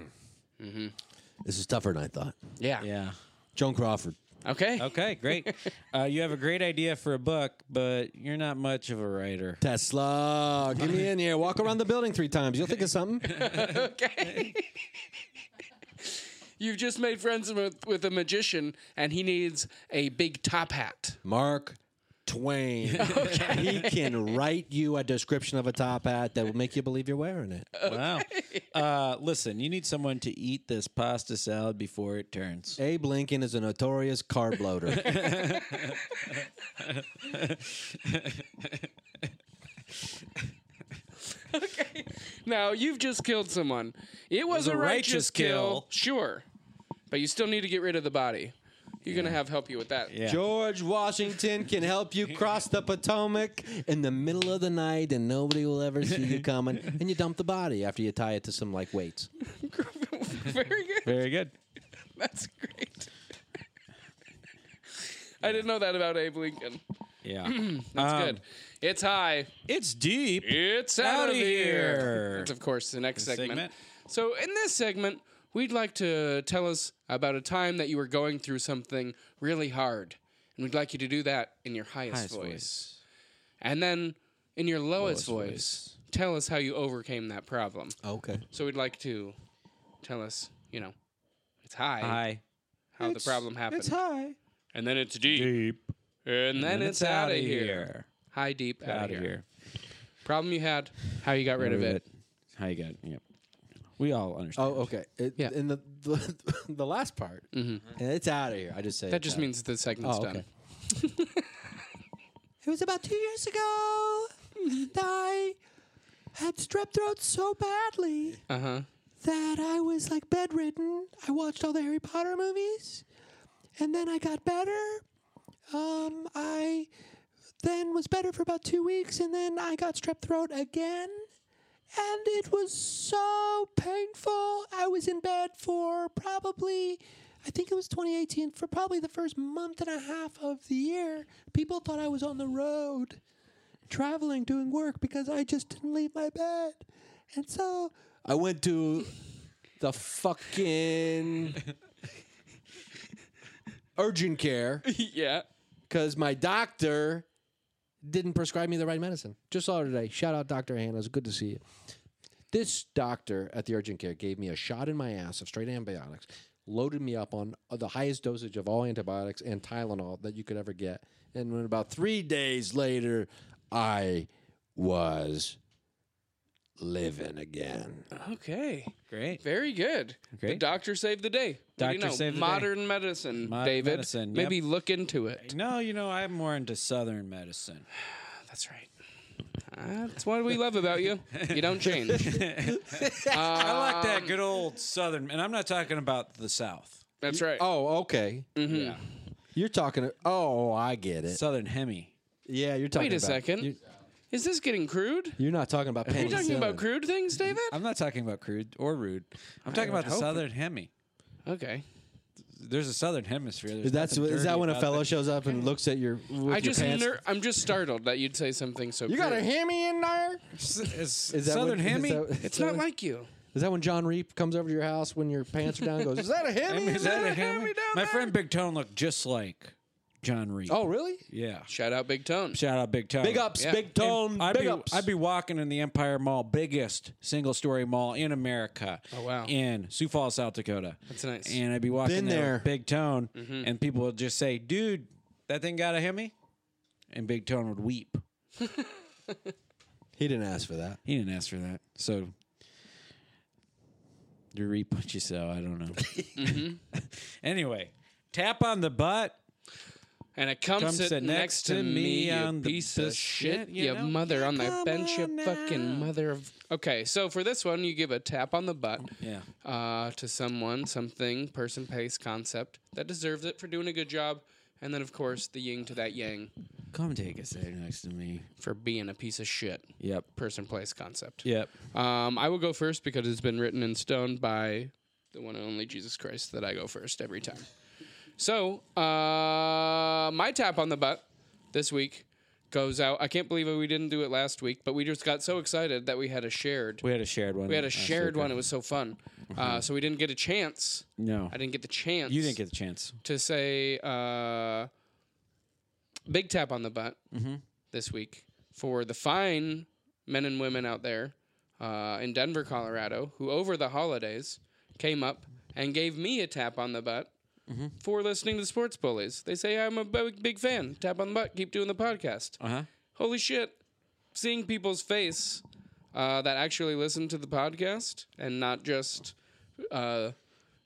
S2: This is tougher than I thought.
S3: Yeah.
S1: Yeah.
S2: Joan Crawford.
S3: Okay.
S1: Okay, great. uh, you have a great idea for a book, but you're not much of a writer.
S2: Tesla, get me in here. Walk around the building three times. You'll think of something.
S3: Okay. You've just made friends with, with a magician, and he needs a big top hat.
S2: Mark Twain. He can write you a description of a top hat that will make you believe you're wearing it.
S1: Wow. Uh, listen, you need someone to eat this pasta salad before it turns.
S2: Abe Lincoln is a notorious car bloater.
S3: Now, you've just killed someone. It was,
S1: a
S3: a righteous,
S1: righteous
S3: kill,
S1: kill.
S3: sure. But you still need to get rid of the body. You're going to have help you with that.
S1: Yeah.
S2: George Washington can help you cross the Potomac in the middle of the night and nobody will ever see you coming. And you dump the body after you tie it to some like weights.
S3: Very good.
S1: Very good.
S3: That's great. I didn't know that about Abe Lincoln.
S1: Yeah.
S3: That's
S1: Um,
S3: good. It's high.
S1: It's deep.
S3: It's out
S1: Outta
S3: of here.
S1: here.
S3: That's, of course, the next segment.
S1: segment.
S3: So, in this segment, we'd like to tell us about a time that you were going through something really hard. And we'd like you to do that in your highest, voice. And then in your lowest, voice, tell us how you overcame that problem.
S2: Okay.
S3: So we'd like to tell us, you know, it's high,
S1: Hi.
S3: how the problem happened,
S1: It's high.
S3: and then it's deep, and then it's, out of here. High deep out
S1: Out
S3: of
S1: of
S3: here.
S1: here.
S3: Problem you had, how you got rid of it.
S1: How you got it? Yep. We all understand.
S2: Oh, okay. It,
S3: Yeah. Mm-hmm.
S2: And the the, the last part, and it's out of here. I just say
S3: That
S2: it's
S3: just
S2: outta-
S3: means the segment's
S2: Oh,
S3: done.
S2: okay. It was about two years ago. I had strep throat so badly
S3: Uh huh.
S2: that I was like bedridden. I watched all the Harry Potter movies, and then I got better. Um, I then was better for about two weeks, and then I got strep throat again, and it was so painful. I was in bed for probably. I think it was 2018 for probably the first month and a half of the year. People thought I was on the road traveling, doing work because I just didn't leave my bed. And so I went to the fucking urgent care
S3: yeah.
S2: because my doctor didn't prescribe me the right medicine. Just saw her today. Shout out, Dr. Hannah. It's good to see you. This doctor at the urgent care gave me a shot in my ass of straight antibiotics, loaded me up on the highest dosage of all antibiotics and Tylenol that you could ever get. And when about three days later, I was living again.
S3: Okay.
S2: Oh,
S1: Great.
S3: Very good. The
S1: Great.
S3: doctor saved the day. What do you
S1: Doctor
S3: know?
S1: saved the day.
S3: Modern medicine,
S1: Modern
S3: David.
S1: medicine,
S3: Maybe look into it.
S1: No, you know, I'm more into Southern medicine.
S3: That's right. That's what we love about you. You don't change. Uh,
S1: I like
S2: Um,
S1: that good old Southern, and I'm not talking about the South.
S3: That's right. Mm-hmm.
S2: Oh, okay.
S1: Yeah.
S2: You're talking. Oh, I get it.
S1: Southern Hemi.
S2: Yeah, you're talking.
S3: Wait a
S2: about-
S3: second.
S2: You're,
S3: Is this getting crude?
S2: you're not talking about.
S3: You're talking about
S2: penicillin.
S3: crude things, David?
S1: I'm not talking about crude or rude. I'm talking
S3: would
S1: about the
S3: hope
S1: Southern Hemi.
S3: Okay.
S1: There's a Southern Hemisphere. There's
S2: Is that's
S1: nothing
S2: is that
S1: dirty
S2: when a
S1: about
S2: fellow
S1: that.
S2: shows up and looks at your? With
S3: I
S2: your
S3: just
S2: pants?
S3: ner- I'm just startled that you'd say something so
S2: You
S3: crude.
S2: got a hammy in there?
S1: S- Is,
S2: Is that
S1: Southern
S2: when,
S1: Hemi?
S2: Is that,
S3: It's not like you.
S2: is that when John Reap comes over to your house when your pants are down? and Goes, is that a hammy?
S1: Hemi,
S2: in
S1: is that
S2: there?"
S1: a Hemi?
S3: down
S1: My
S3: there?
S1: friend Big Tone looked just like John Reed.
S2: Oh, really?
S1: yeah.
S3: Shout out Big Tone.
S1: Shout out Big Tone.
S2: Big ups,
S3: Yeah.
S2: big tone,
S1: I'd
S2: big
S1: be,
S2: ups.
S1: I'd be walking in the Empire Mall, biggest single story mall in America.
S3: Oh, wow.
S1: In Sioux Falls, South Dakota.
S3: That's nice. Mm-hmm.
S1: And I'd be walking
S2: Been
S1: there, with
S2: there.
S1: Big Tone, and people would just say, "Dude, that thing got a Hemi," and Big Tone would weep.
S2: he didn't ask for that.
S1: He didn't ask for that, so you reap what you sow. I don't know.
S3: Mm-hmm.
S1: anyway, tap on the butt.
S3: And it comes,
S1: Comes
S3: sit
S1: sit
S3: next to me, on you
S1: the
S3: piece
S1: bu-
S3: of shit,
S1: shit, you
S3: you
S1: know?
S3: mother on the
S1: Come
S3: bench, you
S1: on now.
S3: fucking mother of. Okay, so for this one, you give a tap on the butt
S1: Yeah.
S3: uh, to someone, something, person, place, concept that deserves it for doing a good job, and then of course the yin to that yang
S1: Come take a seat next to me.
S3: for being a piece of shit.
S1: Yep.
S3: Person, place, concept.
S1: Yep.
S3: Um, I will go first because it's been written in stone by the one and only Jesus Christ that I go first every time. So, uh, my tap on the butt this week goes out. I can't believe we didn't do it last week, but we just got so excited that we had a shared.
S1: We had a shared one.
S3: We had a
S1: last
S3: shared
S1: week.
S3: one. It was so fun. Uh, so we didn't get a chance.
S1: No,
S3: I didn't get the chance.
S1: you didn't get the chance.
S3: to say uh, big tap on the butt this week for the fine men and women out there uh, in Denver, Colorado, who over the holidays came up and gave me a tap on the butt for listening to the Sports Bullies. They say I'm a big, big fan. Tap on the butt. Keep doing the podcast.
S1: Uh huh.
S3: Holy shit! Seeing people's face uh, that actually listen to the podcast and not just. Uh,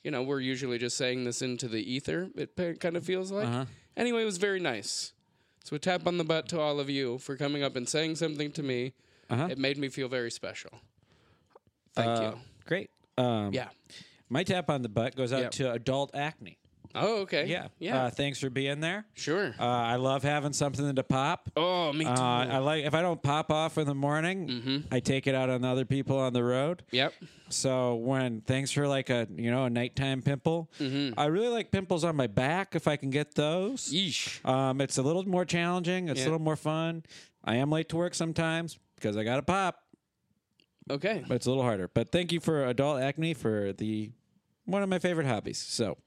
S3: you know, we're usually just saying this into the ether, it pa- kind of feels like.
S1: Uh-huh.
S3: Anyway, it was very nice. So, a tap on the butt to all of you for coming up and saying something to me.
S1: Uh-huh.
S3: It made me feel very special. Thank
S1: Uh,
S3: you.
S1: Great. Um,
S3: Yeah.
S1: My tap on the butt goes out
S3: Yep.
S1: to adult acne.
S3: Oh, okay.
S1: Yeah.
S3: Yeah.
S1: Uh, thanks for being there.
S3: sure.
S1: Uh, I love having something to pop.
S3: oh, me too. Mm-hmm.
S1: Uh, I like if I don't pop off in the morning, I take it out on other people on the road.
S3: yep.
S1: So when thanks for like a you know a nighttime pimple,
S3: Mm-hmm.
S1: I really like pimples on my back if I can get those.
S3: Yeesh.
S1: Um, it's a little more challenging. It's
S3: Yeah.
S1: a little more fun. I am late to work sometimes because I got to pop,
S3: Okay.
S1: but it's a little harder. But thank you for adult acne for the one of my favorite hobbies. So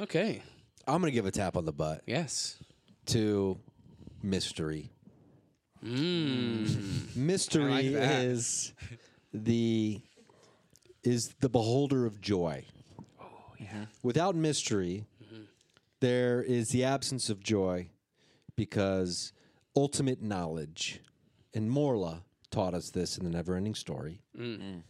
S3: Okay.
S2: I'm gonna give a tap on the butt
S3: Yes.
S2: to mystery. Mystery
S3: Hmm. I like that.
S2: is the is the beholder of joy. Oh yeah. Without mystery, there is the absence of joy because ultimate knowledge and Morla taught us this in the never-ending story.
S1: Marla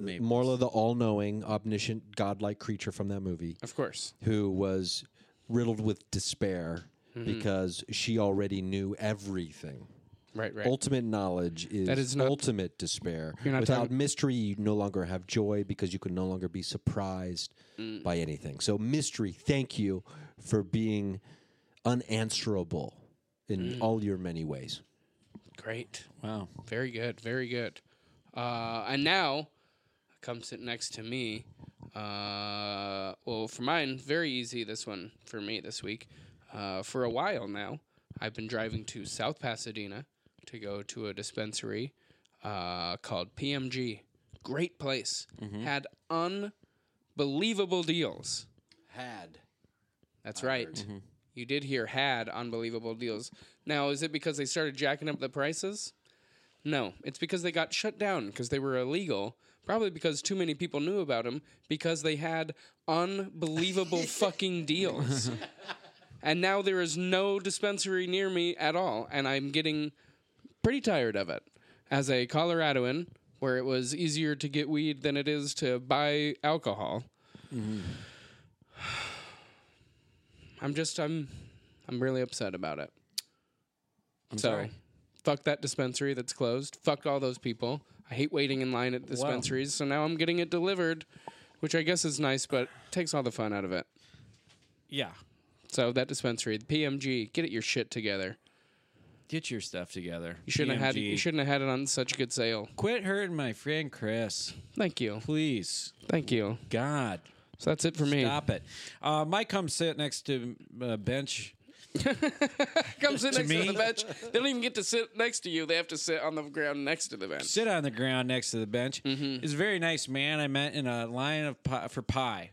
S1: Maples.
S2: Morla the all-knowing, omniscient, godlike creature from that movie
S3: Of course.
S2: who was riddled with despair
S3: Hmm.
S2: because she already knew everything.
S3: Right, right.
S2: Ultimate knowledge is,
S3: That is not-
S2: ultimate despair.
S3: not
S2: Without
S3: talking-
S2: mystery, you no longer have joy because you can no longer be surprised
S3: Mm.
S2: by anything. So, mystery, thank you for being unanswerable in
S3: Mm.
S2: all your many ways.
S3: Great.
S1: Wow.
S3: Very good. Very good. Uh, and now, come sit next to me. Uh, well, for mine, very easy this one for me this week. Uh, for a while now, I've been driving to South Pasadena to go to a dispensary uh, called PMG. Great place. Had unbelievable deals.
S2: Had.
S3: That's right. You did hear had unbelievable deals. Now, is it because they started jacking up the prices? No, it's because they got shut down because they were illegal. Probably because too many people knew about them because they had unbelievable fucking deals. and now there is no dispensary near me at all, and I'm getting pretty tired of it. As a Coloradoan, where it was easier to get weed than it is to buy alcohol, I'm just I'm I'm really upset about it. I'm so,
S1: sorry.
S3: Fuck that dispensary that's closed. Fuck all those people. I hate waiting in line at dispensaries, so now I'm getting it delivered, which I guess is nice, but takes all the fun out of it.
S1: Yeah.
S3: So that dispensary, the PMG, get it your shit together.
S1: Get your stuff together.
S3: You shouldn't have had
S1: PMG.
S3: you shouldn't have had it on such a good sale.
S1: Quit hurting my friend Chris.
S3: Thank you.
S1: Please.
S3: Thank you.
S1: God.
S3: So that's it for me.
S1: Stop it. Uh, Mike, come sit next to uh, bench.
S3: Come sit next
S1: me?
S3: to the bench. They don't even get to sit next to you. They have to sit on the ground next to the bench.
S1: Sit on the ground next to the bench. He's a very nice man I met in a line of pie, for pie.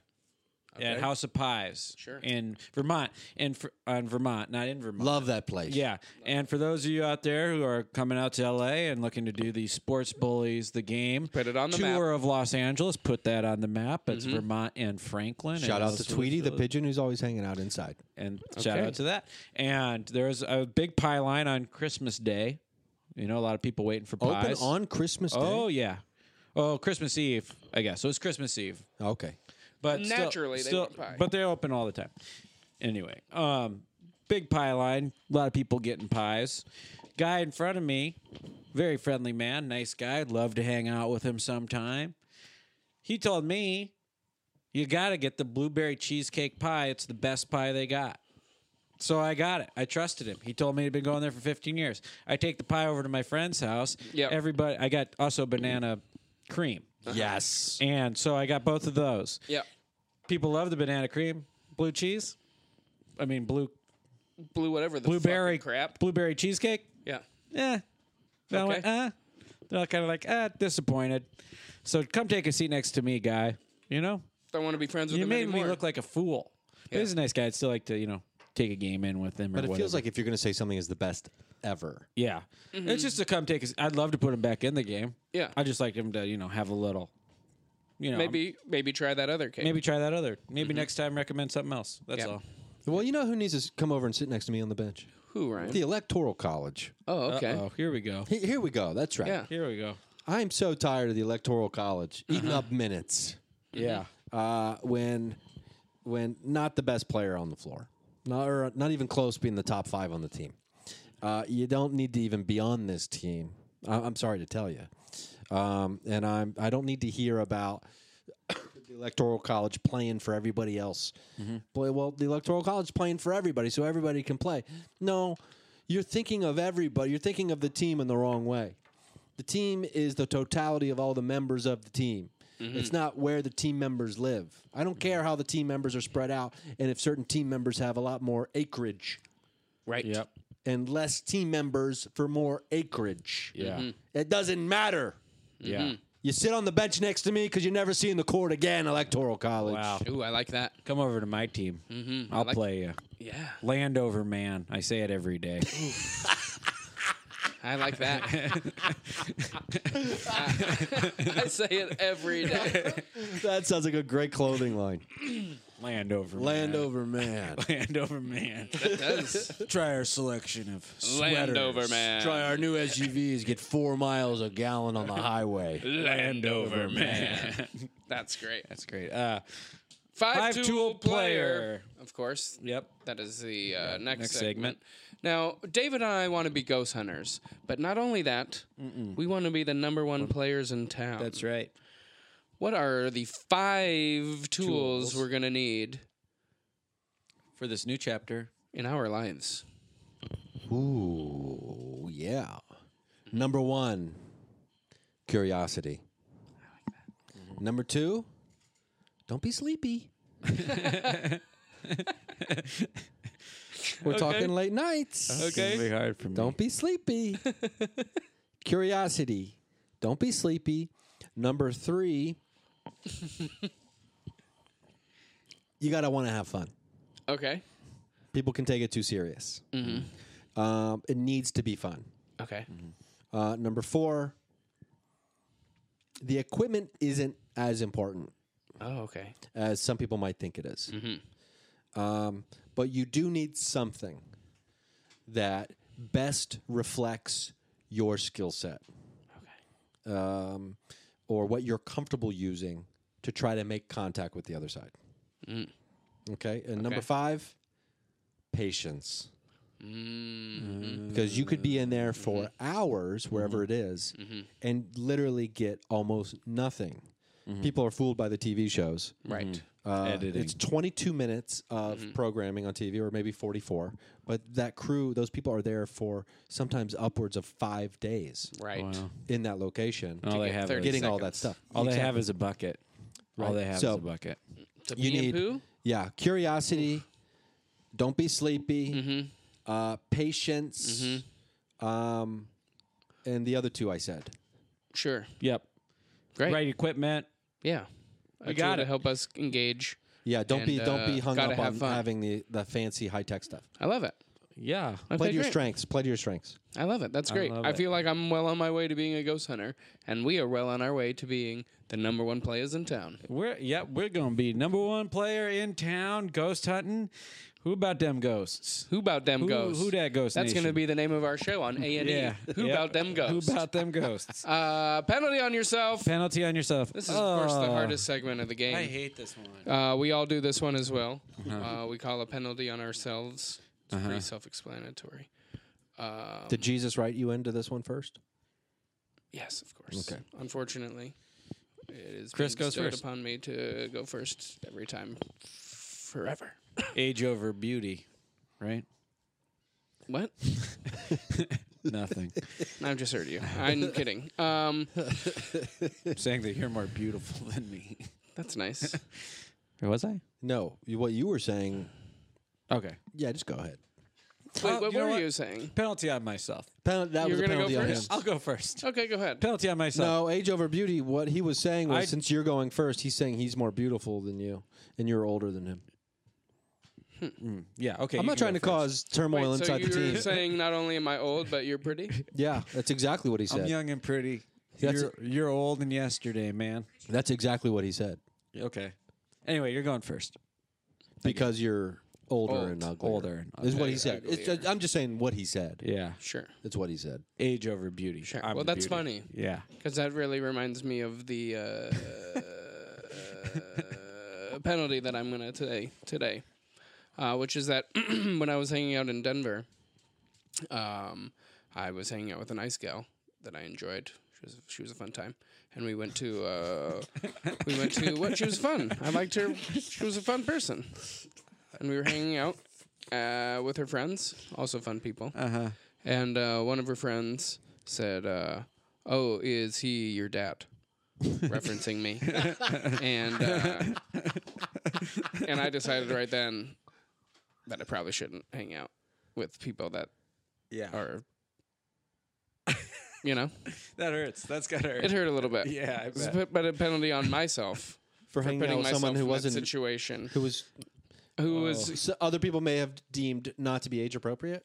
S1: At House of Pies,
S3: Sure.
S1: in Vermont, and for, on Vermont, not in Vermont.
S2: Love that place.
S1: Yeah, and for those of you out there who are coming out to LA and looking to do the Sports Bullies, the game,
S3: Put it on the map. Mm-hmm.
S1: tour of Los Angeles, put that on the map. It's Vermont and Franklin.
S2: Shout
S1: and
S2: out
S1: those-
S2: to Tweety, the pigeon who's always hanging out inside.
S1: and shout
S3: Okay.
S1: out to that. And there's a big pie line on Christmas Day. You know, a lot of people waiting for
S2: Open
S1: pies.
S2: on Christmas Day.
S1: oh yeah, oh Christmas Eve, I guess. So it's Christmas Eve,
S2: Okay.
S1: but still-
S3: Naturally, they
S1: still,
S3: want pie.
S1: but they're open all the time. Anyway, um, big pie line, a lot of people getting pies. Guy in front of me, very friendly man, nice guy. I'd love to hang out with him sometime. He told me, "You got to get the blueberry cheesecake pie. It's the best pie they got." So I got it. I trusted him. He told me he'd been going there for 15 years. I take the pie over to my friend's house.
S3: Yep.
S1: Everybody, I got also banana cream,
S2: Yes.
S1: and so I got both of those
S3: Yeah.
S1: people love the banana cream, blue cheese. I mean, blue
S3: Blue whatever the
S1: blueberry
S3: fucking crap.
S1: blueberry cheesecake.
S3: Yeah.
S1: Eh. Then I went,
S3: Okay.
S1: eh. They're kind of like, eh, disappointed. So come take a seat next to me, guy. You know,
S3: Don't want to be friends with
S1: you
S3: him
S1: made
S3: anymore.
S1: me look like a fool. But he's a nice guy. I'd still like to, you know, take a game in with him.
S2: But
S1: or
S2: it feels
S1: whatever.
S2: like if you're going to say something is the best ever.
S1: yeah, it's just to come take. A, s- I'd love to put him back in the game.
S3: Mm-hmm. Yeah.
S1: I just like him to, you know, have a little, you know,
S3: maybe maybe try that other cake.
S1: maybe try that other. Maybe next time recommend something else. That's
S3: Yeah.
S1: all.
S2: Well, you know who needs to s- come over and sit next to me on the bench?
S3: who Ryan?
S2: The Electoral College.
S3: oh, okay.
S1: Oh, here we go.
S2: He- Here we go. That's right.
S3: Yeah.
S1: Here we go.
S2: I'm so tired of the Electoral College eating up minutes
S1: Yeah.
S2: uh, when when not the best player on the floor, not or not even close being the top five on the team. Uh, you don't need to even be on this team. I- I'm sorry to tell you, um, and I'm I don't need to hear about the electoral college playing for everybody else. Play, well, the electoral college playing for everybody, so everybody can play. No, you're thinking of everybody. You're thinking of the team in the wrong way. The team is the totality of all the members of the team.
S3: Mm-hmm.
S2: It's not where the team members live. I don't care how the team members are spread out, and if certain team members have a lot more acreage
S3: Right.
S1: Yep.
S2: and less team members for more acreage.
S3: Mm-hmm.
S1: Yeah.
S2: It doesn't matter.
S1: Yeah.
S2: You sit on the bench next to me because you're never seeing the court again, Electoral College.
S1: Wow.
S3: Ooh, I like that.
S1: Come over to my team. I'll play you.
S3: Yeah.
S1: Landover man. I say it every day.
S3: I like that. I say it every day.
S2: That sounds like a great clothing line.
S1: Landover.
S6: Landover
S1: Man.
S6: man.
S1: Landover man. Try our selection of sweaters.
S3: Landover man.
S6: Try our new SUVs. Get four miles a gallon on the highway.
S3: Landover man. That's great.
S1: That's great. Uh,
S3: Five,
S1: Five-tool
S3: tool
S1: player.
S3: player. Of course.
S1: yep.
S3: That is the uh, next,
S1: next
S3: segment.
S1: segment.
S3: Now, David and I want to be ghost hunters, but not only that, we want to be the number one players in town.
S1: That's right.
S3: What are the five tools, we're going to need
S1: For this new chapter.
S3: in our lives?
S2: Ooh, yeah. Number one, curiosity. Number two, don't be sleepy. We're talking late nights.
S1: Okay. It's gonna be hard for me.
S2: Don't be sleepy. Curiosity. Don't be sleepy. Number three, you got to want to have fun.
S3: Okay.
S2: People can take it too serious. Um, it needs to be fun.
S3: Okay.
S2: Uh, number four, the equipment isn't as important
S3: Oh, okay.
S2: as some people might think it is. Um, but you do need something that best reflects your skill set um, or what you're comfortable using to try to make contact with the other side. Okay. And number
S3: Okay.
S2: five, patience.
S3: Mm,
S2: Because you could be in there
S1: Mm-hmm.
S2: for hours, wherever it is, and literally get almost nothing. People are fooled by the TV shows.
S3: Right.
S2: Uh,
S1: Mm-hmm. Editing. Mm-hmm.
S2: It's 22 minutes of programming on TV, or maybe 44. But that crew, those people are there for sometimes upwards of five days
S3: Right.
S2: in that location,
S1: All they
S3: get
S1: have.
S3: 30
S1: Is,
S2: getting all that
S3: seconds.
S2: stuff.
S1: all they have is a bucket. All
S2: Right.
S1: they have
S2: So-
S1: is a bucket.
S3: To
S2: You
S3: pee and
S2: need-
S3: poo?
S2: yeah, curiosity. Don't be sleepy.
S1: Mm-hmm.
S2: Uh, patience. Um, and the other two I said.
S3: Sure.
S1: Yep.
S3: Great.
S1: Right equipment.
S3: Yeah. We
S1: got
S3: to
S1: it.
S3: help us engage.
S2: Yeah, don't be
S3: And,
S2: don't be
S3: uh,
S2: hung
S3: gotta
S2: up
S3: have
S2: on
S3: fun.
S2: having the, the fancy high tech stuff.
S3: I love it.
S1: Yeah.
S3: Okay,
S2: Play to your
S3: great.
S2: strengths. Play to your strengths.
S3: I love it. That's great.
S1: love
S3: I
S1: it.
S3: feel like I'm well on my way to being a ghost hunter, and we are well on our way to being the number one players in town.
S1: We're yep, we're gonna be number one player in town, ghost hunting. Who about them ghosts?
S3: Who about them
S1: Who-
S3: ghosts?
S1: who dat ghost
S3: That's gonna
S1: nation?
S3: be the name of our show on A and E. Who
S1: Yep.
S3: about them ghosts?
S1: Who about them ghosts?
S3: uh, penalty on yourself. Ah.
S1: Penalty on yourself.
S3: this is of course the
S1: Oh.
S3: hardest segment of the game.
S1: I hate this one.
S3: Uh, we all do this one as well.
S1: Uh-huh.
S3: Uh, we call a penalty on ourselves. It's pretty self-explanatory. Uh,
S2: Did Jesus write you into this one first?
S3: Yes, of course.
S2: Okay.
S3: Unfortunately, it is
S1: Chris
S3: being
S1: goes
S3: bestowed
S1: first.
S3: upon me to go first every time, forever.
S1: Age over beauty, right?
S3: What?
S1: Nothing.
S3: No, I've just heard you. I'm kidding. Um,
S1: Saying that you're more beautiful than me.
S3: that's nice.
S1: Was I?
S2: No. You, what you were saying?
S1: Okay.
S2: Yeah, just go ahead.
S3: Wait,
S1: Oh,
S3: what
S1: you know
S3: were
S1: what?
S3: you saying?
S1: Penalty on myself.
S2: Penal- that
S3: You're
S2: was a
S3: gonna go
S2: penalty on him.
S3: first?
S1: I'll go first.
S3: Okay, go ahead.
S1: Penalty on myself.
S2: No, age over beauty. What he was saying was,
S1: I-
S2: since you're going first, he's saying he's more beautiful than you, and you're older than him.
S1: Yeah. Okay.
S2: I'm
S1: you
S2: not
S1: can
S2: trying to
S1: go first.
S2: cause turmoil
S3: Wait, so
S2: inside the
S3: you're
S2: team.
S3: saying not only am I old, but you're pretty?
S2: yeah, that's exactly what he
S1: I'm
S2: said.
S1: young and pretty.
S2: That's-
S1: you're you're old and yesterday, man.
S2: That's exactly what he said.
S1: Okay. Anyway, you're going first.
S2: Because you're older
S3: Old.
S2: and uglier.
S1: Older and
S2: is what
S3: uglier.
S2: he said. It's
S3: Uglier.
S2: just- I'm just saying what he said.
S1: Yeah.
S3: Sure.
S2: It's what he said.
S1: Age over beauty.
S3: Sure.
S1: I'm
S3: well,
S1: the
S3: that's
S1: beauty.
S3: funny
S1: Yeah.
S3: because that really reminds me of the uh, penalty that I'm gonna today today, uh, which is that when I was hanging out in Denver, um, I was hanging out with a nice gal that I enjoyed. She was she was a fun time, and we went to uh, we went to what? She was fun. I liked her. She was a fun person, and we were hanging out uh, with her friends, also fun people. Uh-huh. And uh, one of her friends said, uh, "Oh, is he your dad?" referencing me, and uh, and I decided right then that I probably shouldn't hang out with people that
S1: Yeah.
S3: or you know
S1: That hurts. That's got to hurt.
S3: it hurt a little bit
S1: Yeah, I
S3: It's
S1: bet.
S3: a bit- but a penalty on myself
S2: For,
S3: for
S2: hanging out
S3: putting
S2: with
S3: myself
S2: someone who
S3: in that
S2: wasn't,
S3: situation
S2: who Oh. was,
S3: who was
S2: so other people may have deemed not to be age appropriate.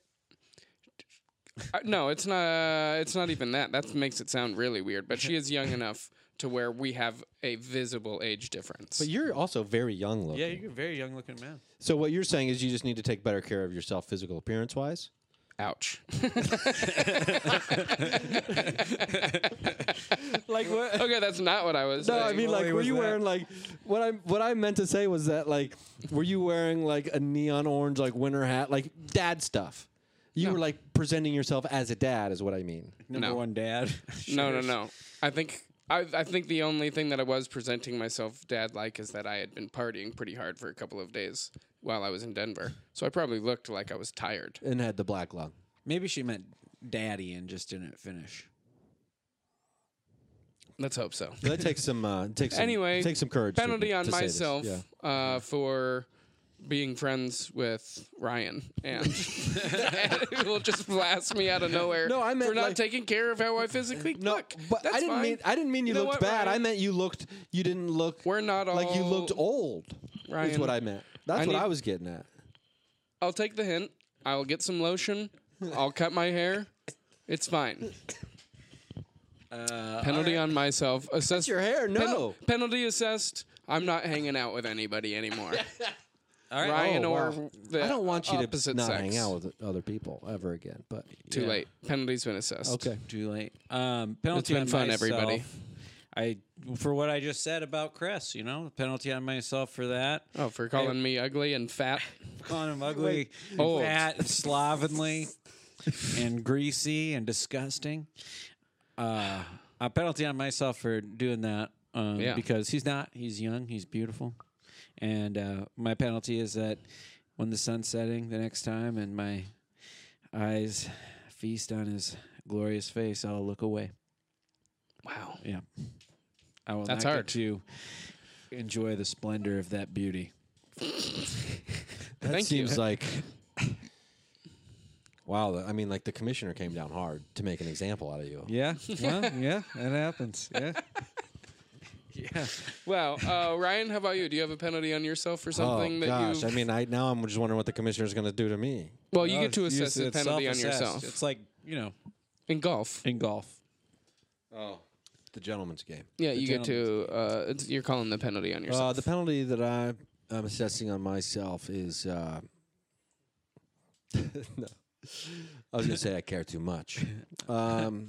S3: Uh, no, it's not. uh, It's not even that. That makes it sound really weird. But she is young enough to where we have a visible age difference.
S2: But you're also very young looking.
S1: Yeah, you're a very young looking man.
S2: So what you're saying is you just need to take better care of yourself, physical appearance wise.
S3: Ouch.
S2: Like what?
S3: okay, that's not what I was.
S2: No,
S3: saying.
S2: I mean like, were you wearing like what I what I meant to say was that like, were you wearing like a neon orange like winter hat like dad stuff? You were like presenting yourself as a dad, is what I mean.
S1: Number
S3: No.
S1: one dad.
S3: No, no,
S1: Sure.
S3: no. I think I, I think the only thing that I was presenting myself dad like is that I had been partying pretty hard for a couple of days while I was in Denver, so I probably looked like I was tired.
S2: And had the black lung.
S1: Maybe she meant daddy and just didn't finish.
S3: Let's hope so.
S2: That takes some uh, takes some,
S3: Anyway,
S2: takes some courage. to-
S3: Penalty on
S2: to say this.
S3: myself
S2: Yeah.
S3: uh, for being friends with Ryan, and, and it will just blast me out of nowhere.
S2: No, I
S3: for
S2: meant,
S3: not
S2: like-
S3: taking care of how I physically
S2: No,
S3: look.
S2: but
S3: That's
S2: I didn't
S3: fine.
S2: mean I didn't mean you,
S3: know
S2: looked
S3: what,
S2: bad.
S3: Ryan?
S2: I meant you looked you didn't look.
S3: We're not
S2: like you
S3: all-
S2: looked old. That's
S3: Ryan,
S2: what I meant. That's
S3: I
S2: what
S3: need-
S2: I was getting at.
S3: I'll take the hint. I'll get some lotion. I'll cut my hair. It's fine.
S2: Uh,
S3: penalty on myself. Assessed
S2: Your hair,
S3: pen-
S2: no.
S3: penalty assessed. I'm not hanging out with anybody anymore. Ryan
S2: Oh,
S3: or
S2: wow.
S3: the
S2: I don't want you to
S3: opposite
S2: not
S3: sex.
S2: hang out with other people ever again. But
S3: Too
S1: Yeah.
S3: late. Penalty's been assessed.
S2: okay,
S1: Too late. Um, penalty
S3: It's been
S1: on
S3: fun,
S1: myself.
S3: everybody.
S1: I for what I just said about Chris, you know, penalty on myself for that.
S3: Oh, for calling me ugly and fat.
S1: Calling him ugly,
S3: Old.
S1: fat, and slovenly, and greasy and disgusting. Uh, a penalty on myself for doing that um,
S3: Yeah.
S1: because he's not. He's young. He's beautiful, and uh, my penalty is that when the sun's setting the next time and my eyes feast on his glorious face, I'll look away.
S3: Wow.
S1: Yeah. I will
S3: That's
S1: not
S3: hard.
S1: get to enjoy the splendor of that beauty.
S2: that
S3: Thank you.
S2: seems like wow. the- I mean, like the commissioner came down hard to make an example out of you.
S1: Yeah. Well, yeah, that happens. Yeah. yeah.
S3: Wow. Uh, Ryan, how about you? Do you have a penalty on yourself for something
S2: oh
S3: that
S2: gosh!
S3: you?
S2: I mean, I now I'm just wondering what the commissioner's going to do to me.
S3: well, you get to
S1: Oh, You
S3: assess
S1: s-
S3: a
S1: it's
S3: penalty on
S1: self-assessed.
S3: yourself
S1: It's like, you know,
S3: in golf.
S1: in golf.
S2: The gentleman's game.
S3: Yeah, you get to. Uh, it's, you're calling the penalty on yourself.
S2: Uh, the penalty that I am assessing on myself is uh, no. I was going to say I care too much. Um,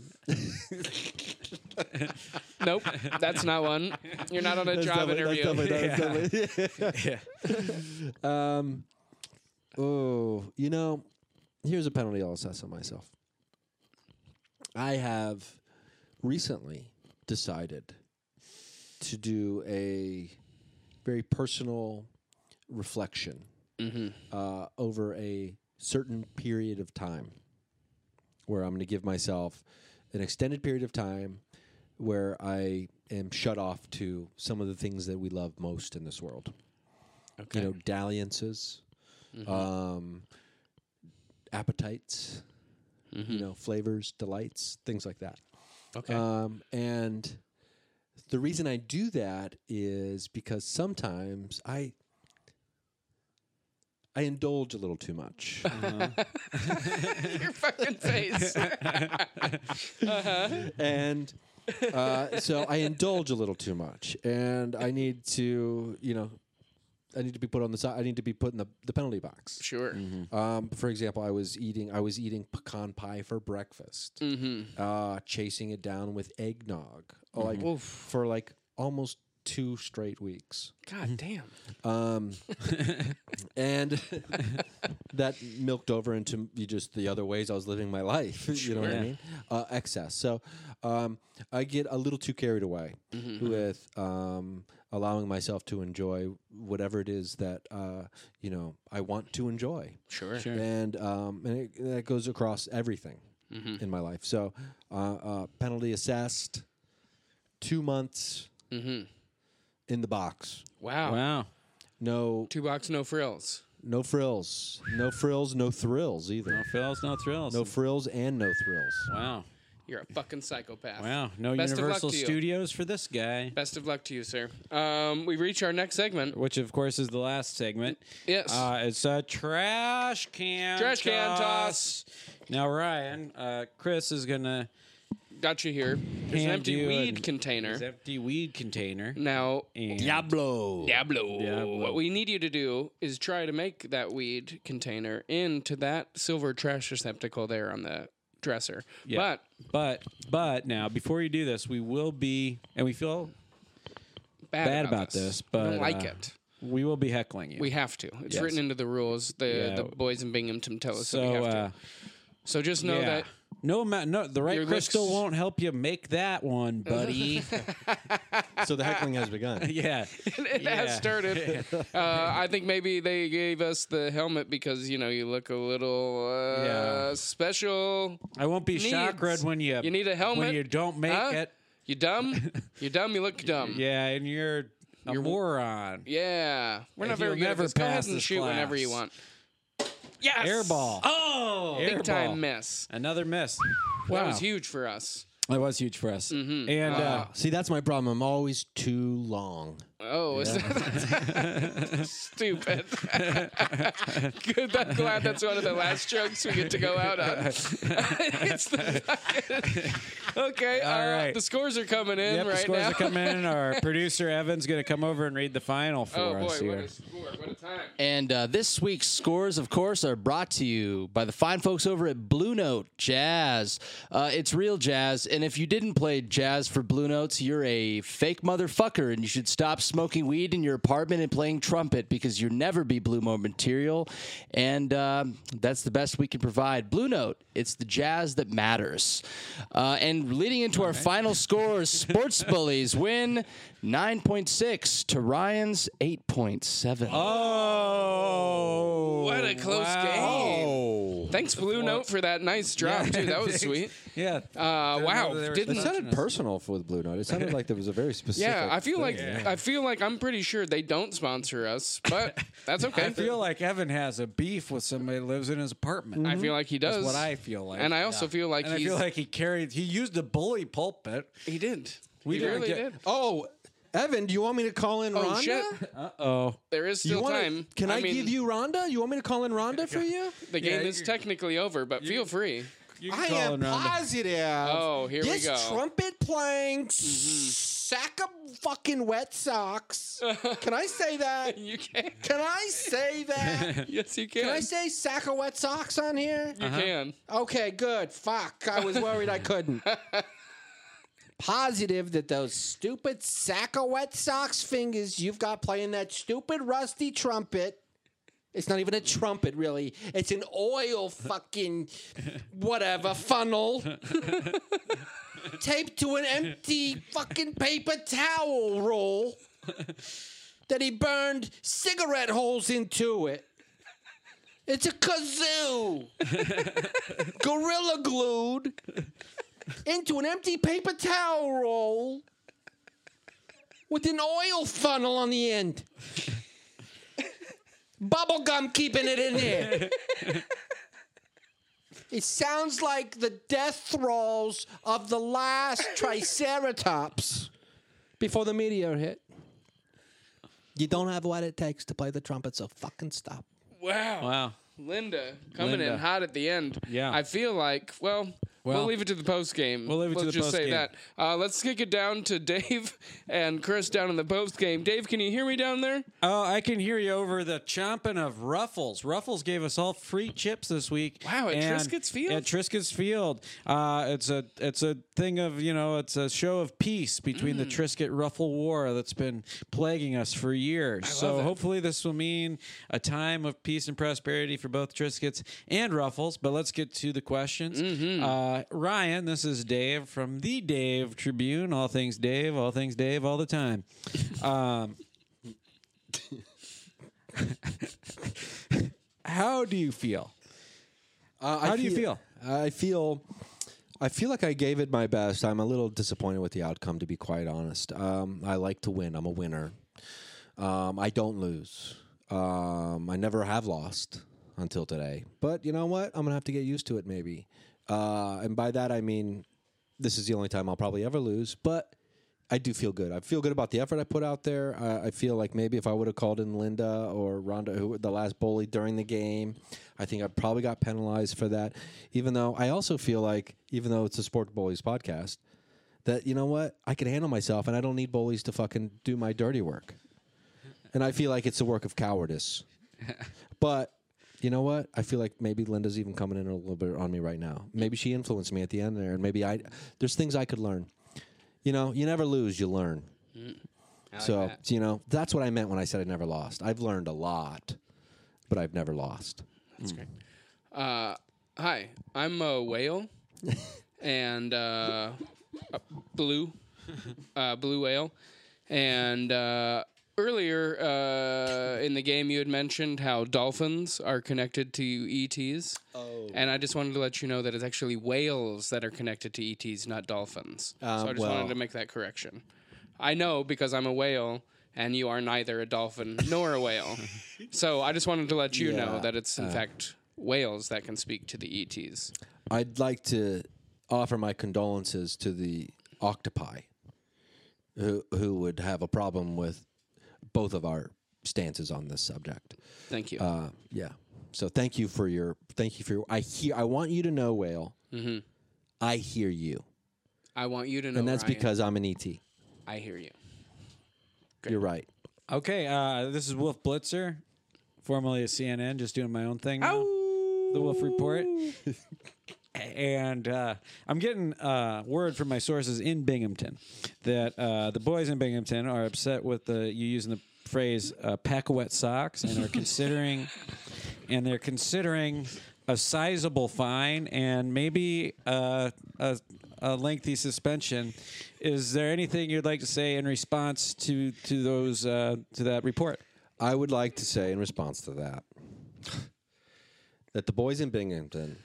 S3: nope, that's not one. You're not on a job interview.
S2: um, oh, you know, here's a penalty I'll assess on myself. I have recently decided to do a very personal reflection uh, over a certain period of time where I'm going to give myself an extended period of time where I am shut off to some of the things that we love most in this world. Okay. You know, dalliances, um, appetites, you know, flavors, delights, things like that. Mm-hmm. Okay. Um, and the reason I do that is because sometimes I I indulge a little too much.
S3: Your fucking face.
S2: and uh, so I indulge a little too much, and I need to, you know, I need to be put on the side. I need to be put in the, the penalty box.
S3: sure.
S2: Um, for example, I was eating I was eating pecan pie for breakfast, uh, chasing it down with eggnog, like for like almost two straight weeks,
S3: God damn.
S2: and that milked over into you just the other ways I was living my life. You know what I mean? Uh, excess. So um, I get a little too carried away
S3: Mm-hmm,
S2: with um, allowing myself to enjoy whatever it is that uh, you know I want to enjoy.
S3: Sure.
S2: and um, and it, that goes across everything
S3: Mm-hmm.
S2: in my life. So, uh, uh, penalty assessed, two months
S3: Mm-hmm.
S2: in the box.
S3: Wow.
S1: Wow.
S2: No,
S3: Two box, no frills.
S2: no frills, no frills, no thrills
S1: No
S2: either.
S1: frills, no thrills.
S2: No frills and no thrills.
S1: wow.
S3: You're a fucking psychopath.
S1: Wow. No
S3: Best of luck
S1: Universal
S3: to you.
S1: Studios for this guy.
S3: Best of luck to you, sir. Um, we reach our next segment.
S1: Which of course is the last segment.
S3: Yes.
S1: Uh, it's a trash can.
S3: Trash can toss.
S1: Now, Ryan, uh, Chris is going to
S3: Got you here. There's an
S1: Hand
S3: empty
S1: you
S3: weed
S1: an-
S3: container.
S1: his empty weed container.
S3: now,
S1: And
S6: Diablo.
S3: Diablo,
S1: Diablo.
S3: what we need you to do is try to make that weed container into that silver trash receptacle there on the dresser.
S1: Yeah.
S3: But
S1: But but now before you do this, we will be and we feel
S3: bad,
S1: bad
S3: about,
S1: about
S3: this.
S1: this,
S3: I
S1: but
S3: don't like
S1: uh,
S3: it.
S1: We will be heckling you.
S3: We have to. It's
S1: Yes.
S3: written into the rules. The
S1: Yeah.
S3: the boys in Binghamton tell us that we
S1: so
S3: have to.
S1: uh,
S3: so just know
S1: yeah.
S3: that
S1: no, ma- no, the right
S3: Your
S1: crystal
S3: looks-
S1: won't help you make that one, buddy.
S2: So the heckling has begun.
S1: yeah,
S3: it has
S1: Yeah.
S3: started. uh, I think maybe they gave us the helmet because you know you look a little uh,
S1: Yeah.
S3: special.
S1: I won't be
S3: Needs.
S1: chakra when you
S3: You need a helmet?
S1: when you don't make
S3: Huh?
S1: it.
S3: You dumb. you dumb. You look dumb.
S1: Yeah, and you're a moron.
S3: Yeah. We're not
S1: You'll
S3: very good at
S1: never
S3: this. Go ahead
S1: pass
S3: and
S1: this
S3: shoot whenever you
S1: class.
S3: want. Yes.
S1: Airball. Oh,
S3: Big time miss.
S1: Another miss. Wow,
S3: That was huge for us.
S1: That was huge for us.
S3: Mm-hmm.
S1: And uh,
S2: See, that's my problem. I'm always too long.
S3: Oh, is that stupid? Good. I'm glad that's one of the last jokes we get to go out on. it's the okay. All right. uh,
S1: right.
S3: The scores are coming in
S1: Yep,
S3: right
S1: the scores
S3: now.
S1: are coming in. Our producer Evan's going to come over and read the final for
S3: oh
S1: us
S3: boy, what
S1: here.
S3: a score! What a time!
S7: And uh, this week's scores, of course, are brought to you by the fine folks over at Blue Note Jazz. Uh, it's real jazz, and if you didn't play jazz for Blue Notes, you're a fake motherfucker, and you should stop smoking weed in your apartment and playing trumpet because you'll never be Blue Note material. And um, that's the best we can provide. Blue Note, it's the jazz that matters. Uh, and leading into our final scores, Sports Bullies win 9.6 to Ryan's 8.7.
S1: Oh,
S3: What a close game. Thanks, Blue Note, for that nice drop too. That was sweet.
S1: Yeah.
S3: Uh, wow,
S1: they were
S2: It
S3: didn't
S2: sounded personal for Blue Note. It sounded like there was a very specific.
S3: Yeah, I feel
S2: thing.
S3: like I feel like I'm pretty sure they don't sponsor us, but that's okay.
S1: I feel like Evan has a beef with somebody that lives in his apartment.
S3: I feel like he does.
S1: Mhm. That's what I feel like.
S3: And I also feel like
S1: And I
S3: he's,
S1: feel like he carried. He used a bully pulpit.
S3: he did.
S1: We
S3: he
S1: didn't
S3: really
S1: get-
S3: did.
S2: Oh, Evan, do you want me to call in
S3: Oh
S2: Rhonda?
S3: shit!
S1: Oh,
S3: There is
S2: Do you
S3: still
S2: wanna-
S3: time.
S2: Can I,
S3: mean,
S2: give you Rhonda? You want me to call in Rhonda for you?
S3: The
S1: Yeah,
S3: game
S1: you
S3: is
S1: can-
S3: technically over, but feel free.
S1: you can
S2: I
S1: call
S2: am
S1: in Rhonda.
S2: positive.
S3: Oh, here we
S2: this
S3: go. Mm-hmm.
S2: trumpet playing sack of fucking wet socks. can I say that?
S3: You can.
S2: Can I say that?
S3: Yes, you can.
S2: Can I say sack of wet socks on here?
S3: you can.
S2: Okay, good. Fuck. I was worried I couldn't. Positive that those stupid sack of wet socks fingers you've got playing that stupid rusty trumpet. It's not even a trumpet, really. It's an oil fucking whatever funnel taped to an empty fucking paper towel roll that he burned cigarette holes into it. It's a kazoo gorilla glued into an empty paper towel roll with an oil funnel on the end. Bubblegum keeping it in there. It sounds like the death thralls of the last Triceratops before the meteor hit. You don't have what it takes to play the trumpet, so fucking stop.
S3: Wow.
S1: Wow.
S3: Linda coming in
S1: Linda.
S3: hot at the end.
S1: Yeah.
S3: I feel like well. We'll,
S1: Well,
S3: leave it to the post game.
S1: we'll leave it to
S3: Let's
S1: the
S3: just say
S1: postgame.
S3: that. Uh, let's kick it down to Dave and Chris down in the post game. Dave, can you hear me down there?
S1: Oh, I can hear you over the chomping of Ruffles. Ruffles gave us all free chips this week.
S3: Wow, at
S1: And-
S3: Triscuits Field?
S1: At Triscuits Field, uh, it's a it's a thing of you know it's a show of peace between
S3: Mm.
S1: the Triscuit Ruffle War that's been plaguing us for years. so hopefully this will mean a time of peace and prosperity for both Triscuits and Ruffles. But let's get to the questions.
S3: Mm-hmm.
S1: Uh, Ryan, this is Dave from the Dave Tribune. All things Dave, all things Dave, all the time. How do you feel?
S2: Uh,
S1: How do you
S2: I feel. I feel like I gave it my best. I'm a little disappointed with the outcome, to be quite honest. Um, I like to win. I'm a winner. Um, I don't lose. Um, I never have lost until today. But you know what? I'm gonna have to get used to it, maybe. Uh, and by that I mean, this is the only time I'll probably ever lose. But I do feel good. I feel good about the effort I put out there. I, I feel like maybe if I would have called in Linda or Rhonda, who were the last bully during the game, I think I probably got penalized for that. Even though I also feel like, even though it's a Sport Bullies podcast, that you know what, I can handle myself, and I don't need bullies to fucking do my dirty work. And I feel like it's a work of cowardice. But you know what? I feel like maybe Linda's even coming in a little bit on me right now. Maybe she influenced me at the end there, and maybe I there's things I could learn. You know, you never lose, you learn. so
S3: Mm. that.
S2: you know that's what I meant when I said I never lost. I've learned a lot, but I've never lost.
S3: Uh, hi, I'm a whale and uh, a blue, uh, blue whale. And uh, earlier uh, in the game, you had mentioned how dolphins are connected to ETs. Oh. And I just wanted to let you know that it's actually whales that are connected to ETs, not dolphins. so I just
S2: Ah, well.
S3: wanted to make that correction. I know because I'm a whale. And you are neither a dolphin nor a whale. so I just wanted to let you know
S2: Yeah. uh.
S3: that it's, in fact, whales that can speak to the E ETs.
S2: I'd like to offer my condolences to the octopi who who would have a problem with both of our stances on this subject.
S3: Thank you.
S2: Uh, yeah. So thank you for your thank you for your, I hear I want you to know whale.
S3: Mm-hmm.
S2: I hear you,
S3: I want you to know.
S2: and that's
S3: Oh, Ryan,
S2: because I'm an ET.
S3: I hear you.
S2: You're right.
S1: Okay, uh, this is Wolf Blitzer, formerly of CNN, just doing my own thing now. The Wolf Report. and uh, I'm getting uh, word from my sources in Binghamton that uh, the boys in Binghamton are upset with the you using the phrase uh, "pack of wet socks" and are considering and they're considering a sizable fine and maybe uh, a, a lengthy suspension. Is there anything you'd like to say in response to to those uh, to that report?
S2: I would like to say in response to that that the boys in Binghamton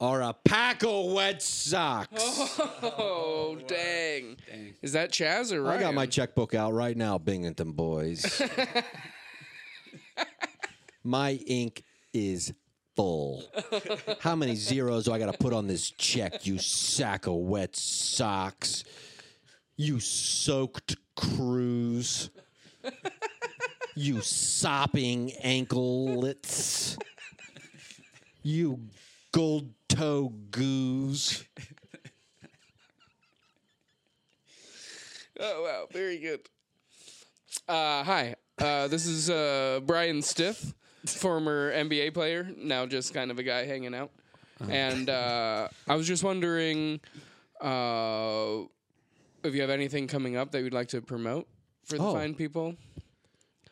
S2: are a pack of wet socks.
S3: Oh dang. Is that Chaz or
S2: I
S3: Ryan?
S2: got my checkbook out right now, Binghamton boys. my ink is full. How many zeros do I got to put on this check, you sack of wet socks? You soaked crews. You sopping anklelets. You gold toe goose.
S3: Oh wow, very good. Uh, hi, uh, this is uh, Brian Stiff, former NBA player, now just kind of a guy hanging out.
S2: Uh-huh.
S3: And uh, I was just wondering uh, if you have anything coming up that you'd like to promote for the
S2: Oh.
S3: fine people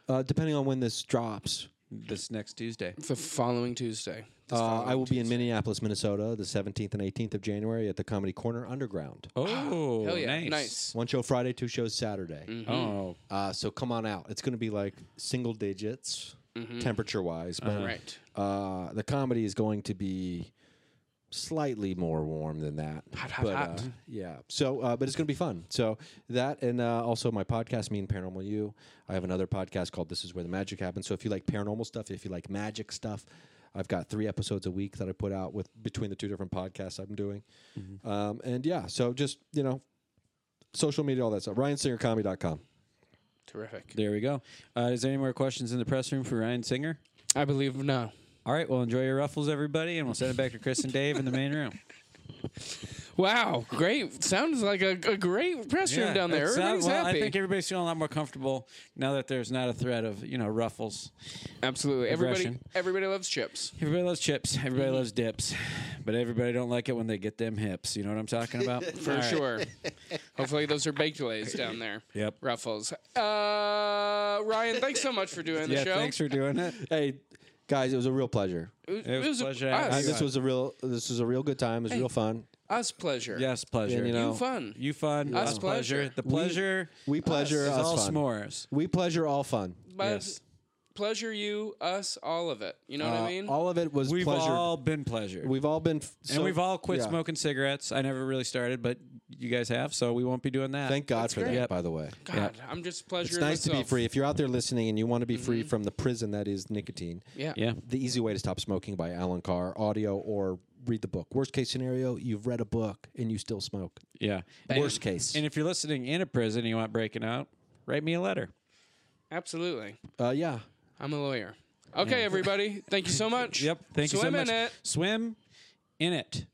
S2: Uh, depending on when this drops,
S1: This next Tuesday.
S3: the following Tuesday. This
S2: Uh,
S3: following
S2: I will be in Minneapolis, Minnesota, the 17th and 18th of January at the Comedy Corner Underground.
S1: Oh,
S3: Hell yeah,
S1: nice.
S3: nice.
S2: One show Friday, two shows Saturday.
S1: Oh,
S2: Uh, so come on out. It's going to be like single digits, temperature wise. But
S3: Right.
S2: uh, the comedy is going to be slightly more warm than that. Hot, hot, but, hot. yeah. So, uh, but it's going to be fun. So that, and uh, also my podcast, Me and Paranormal You. I have another podcast called This Is Where the Magic Happens. So if you like paranormal stuff, if you like magic stuff, I've got three episodes a week that I put out with between the two different podcasts I'm doing. Um, and yeah, so just you know, social media, all that stuff. RyanSingerComedy.com.
S3: Terrific.
S1: there we go. Uh, is there any more questions in the press room for Ryan Singer?
S3: I believe no.
S1: All right, well, enjoy your ruffles, everybody, and we'll send it back to Chris and Dave in the main room.
S3: Wow, great! Sounds like a, a great press room
S1: Yeah,
S3: down there.
S1: it's, uh,
S3: Everybody's
S1: well,
S3: happy.
S1: I think everybody's feeling a lot more comfortable now that there's not a threat of you know ruffles.
S3: Absolutely, everybody.
S1: Aggression.
S3: Everybody loves chips.
S1: Everybody loves chips. Everybody loves dips, but everybody don't like it when they get them hips. You know what I'm talking about?
S3: For sure. Hopefully, those are baked lays down there.
S1: Yep.
S3: Ruffles. Uh, Ryan, thanks so much for doing the
S1: Yeah,
S3: show.
S1: thanks for doing it.
S2: Hey, guys, it was a real pleasure.
S3: It,
S1: was
S3: a-
S1: pleasure having
S2: Uh,
S3: us,
S1: you.
S2: this was a real. This was a real good time. It was real fun.
S3: us pleasure.
S1: Yes, pleasure.
S2: And, you know,
S3: You fun.
S1: You fun,
S3: Us
S1: us pleasure.
S3: pleasure.
S1: The pleasure
S2: We pleasure
S1: is
S2: us,
S1: all
S2: fun.
S1: s'mores.
S2: We pleasure all fun.
S3: But
S1: yes.
S3: Pleasure you, us, all of it. You know what
S2: Uh,
S3: I mean?
S2: all of it was
S1: We've
S2: pleasure.
S1: all been pleasure.
S2: we've all been. f-
S1: and
S2: so-
S1: we've all quit
S2: yeah.
S1: smoking cigarettes. I never really started, but you guys have, so we won't be doing that.
S2: Thank God for
S1: great.
S2: that. By the way,
S3: God, I'm just pleasuring
S2: it's nice to be
S3: myself.
S2: free. If you're out there listening and you want to be free from the prison that is nicotine,
S3: Mm-hmm. Yeah.
S1: Yeah.
S2: the easy way to stop smoking by Alan Carr, audio or read the book. Worst case scenario, you've read a book and you still smoke.
S1: Yeah.
S2: Worst case.
S1: And if you're listening in a prison and you want breaking out, write me a letter.
S3: Absolutely.
S2: Uh, yeah.
S3: I'm a lawyer. Okay, everybody. Thank you so much.
S1: Yep. Thank you so
S3: Swim
S1: much.
S3: in it.
S1: Swim in it.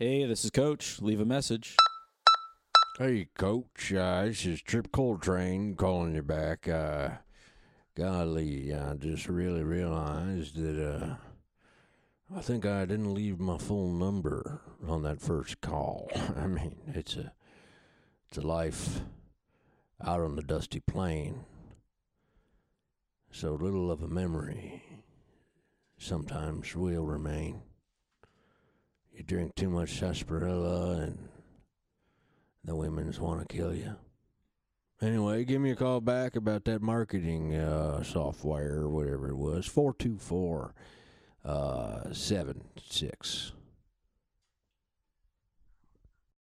S8: Hey, this is Coach. Leave a message.
S6: Hey, Coach. Uh, this is Trip Coltrane calling you back. Uh, golly, I just really realized that uh, I think I didn't leave my full number on that first call. I mean, it's a it's a life out on the dusty plain. So little of a memory sometimes will remain. You drink too much sarsaparilla and the women's want to kill you. Anyway, give me a call back about that marketing uh, software or whatever it was. 424 uh, 76.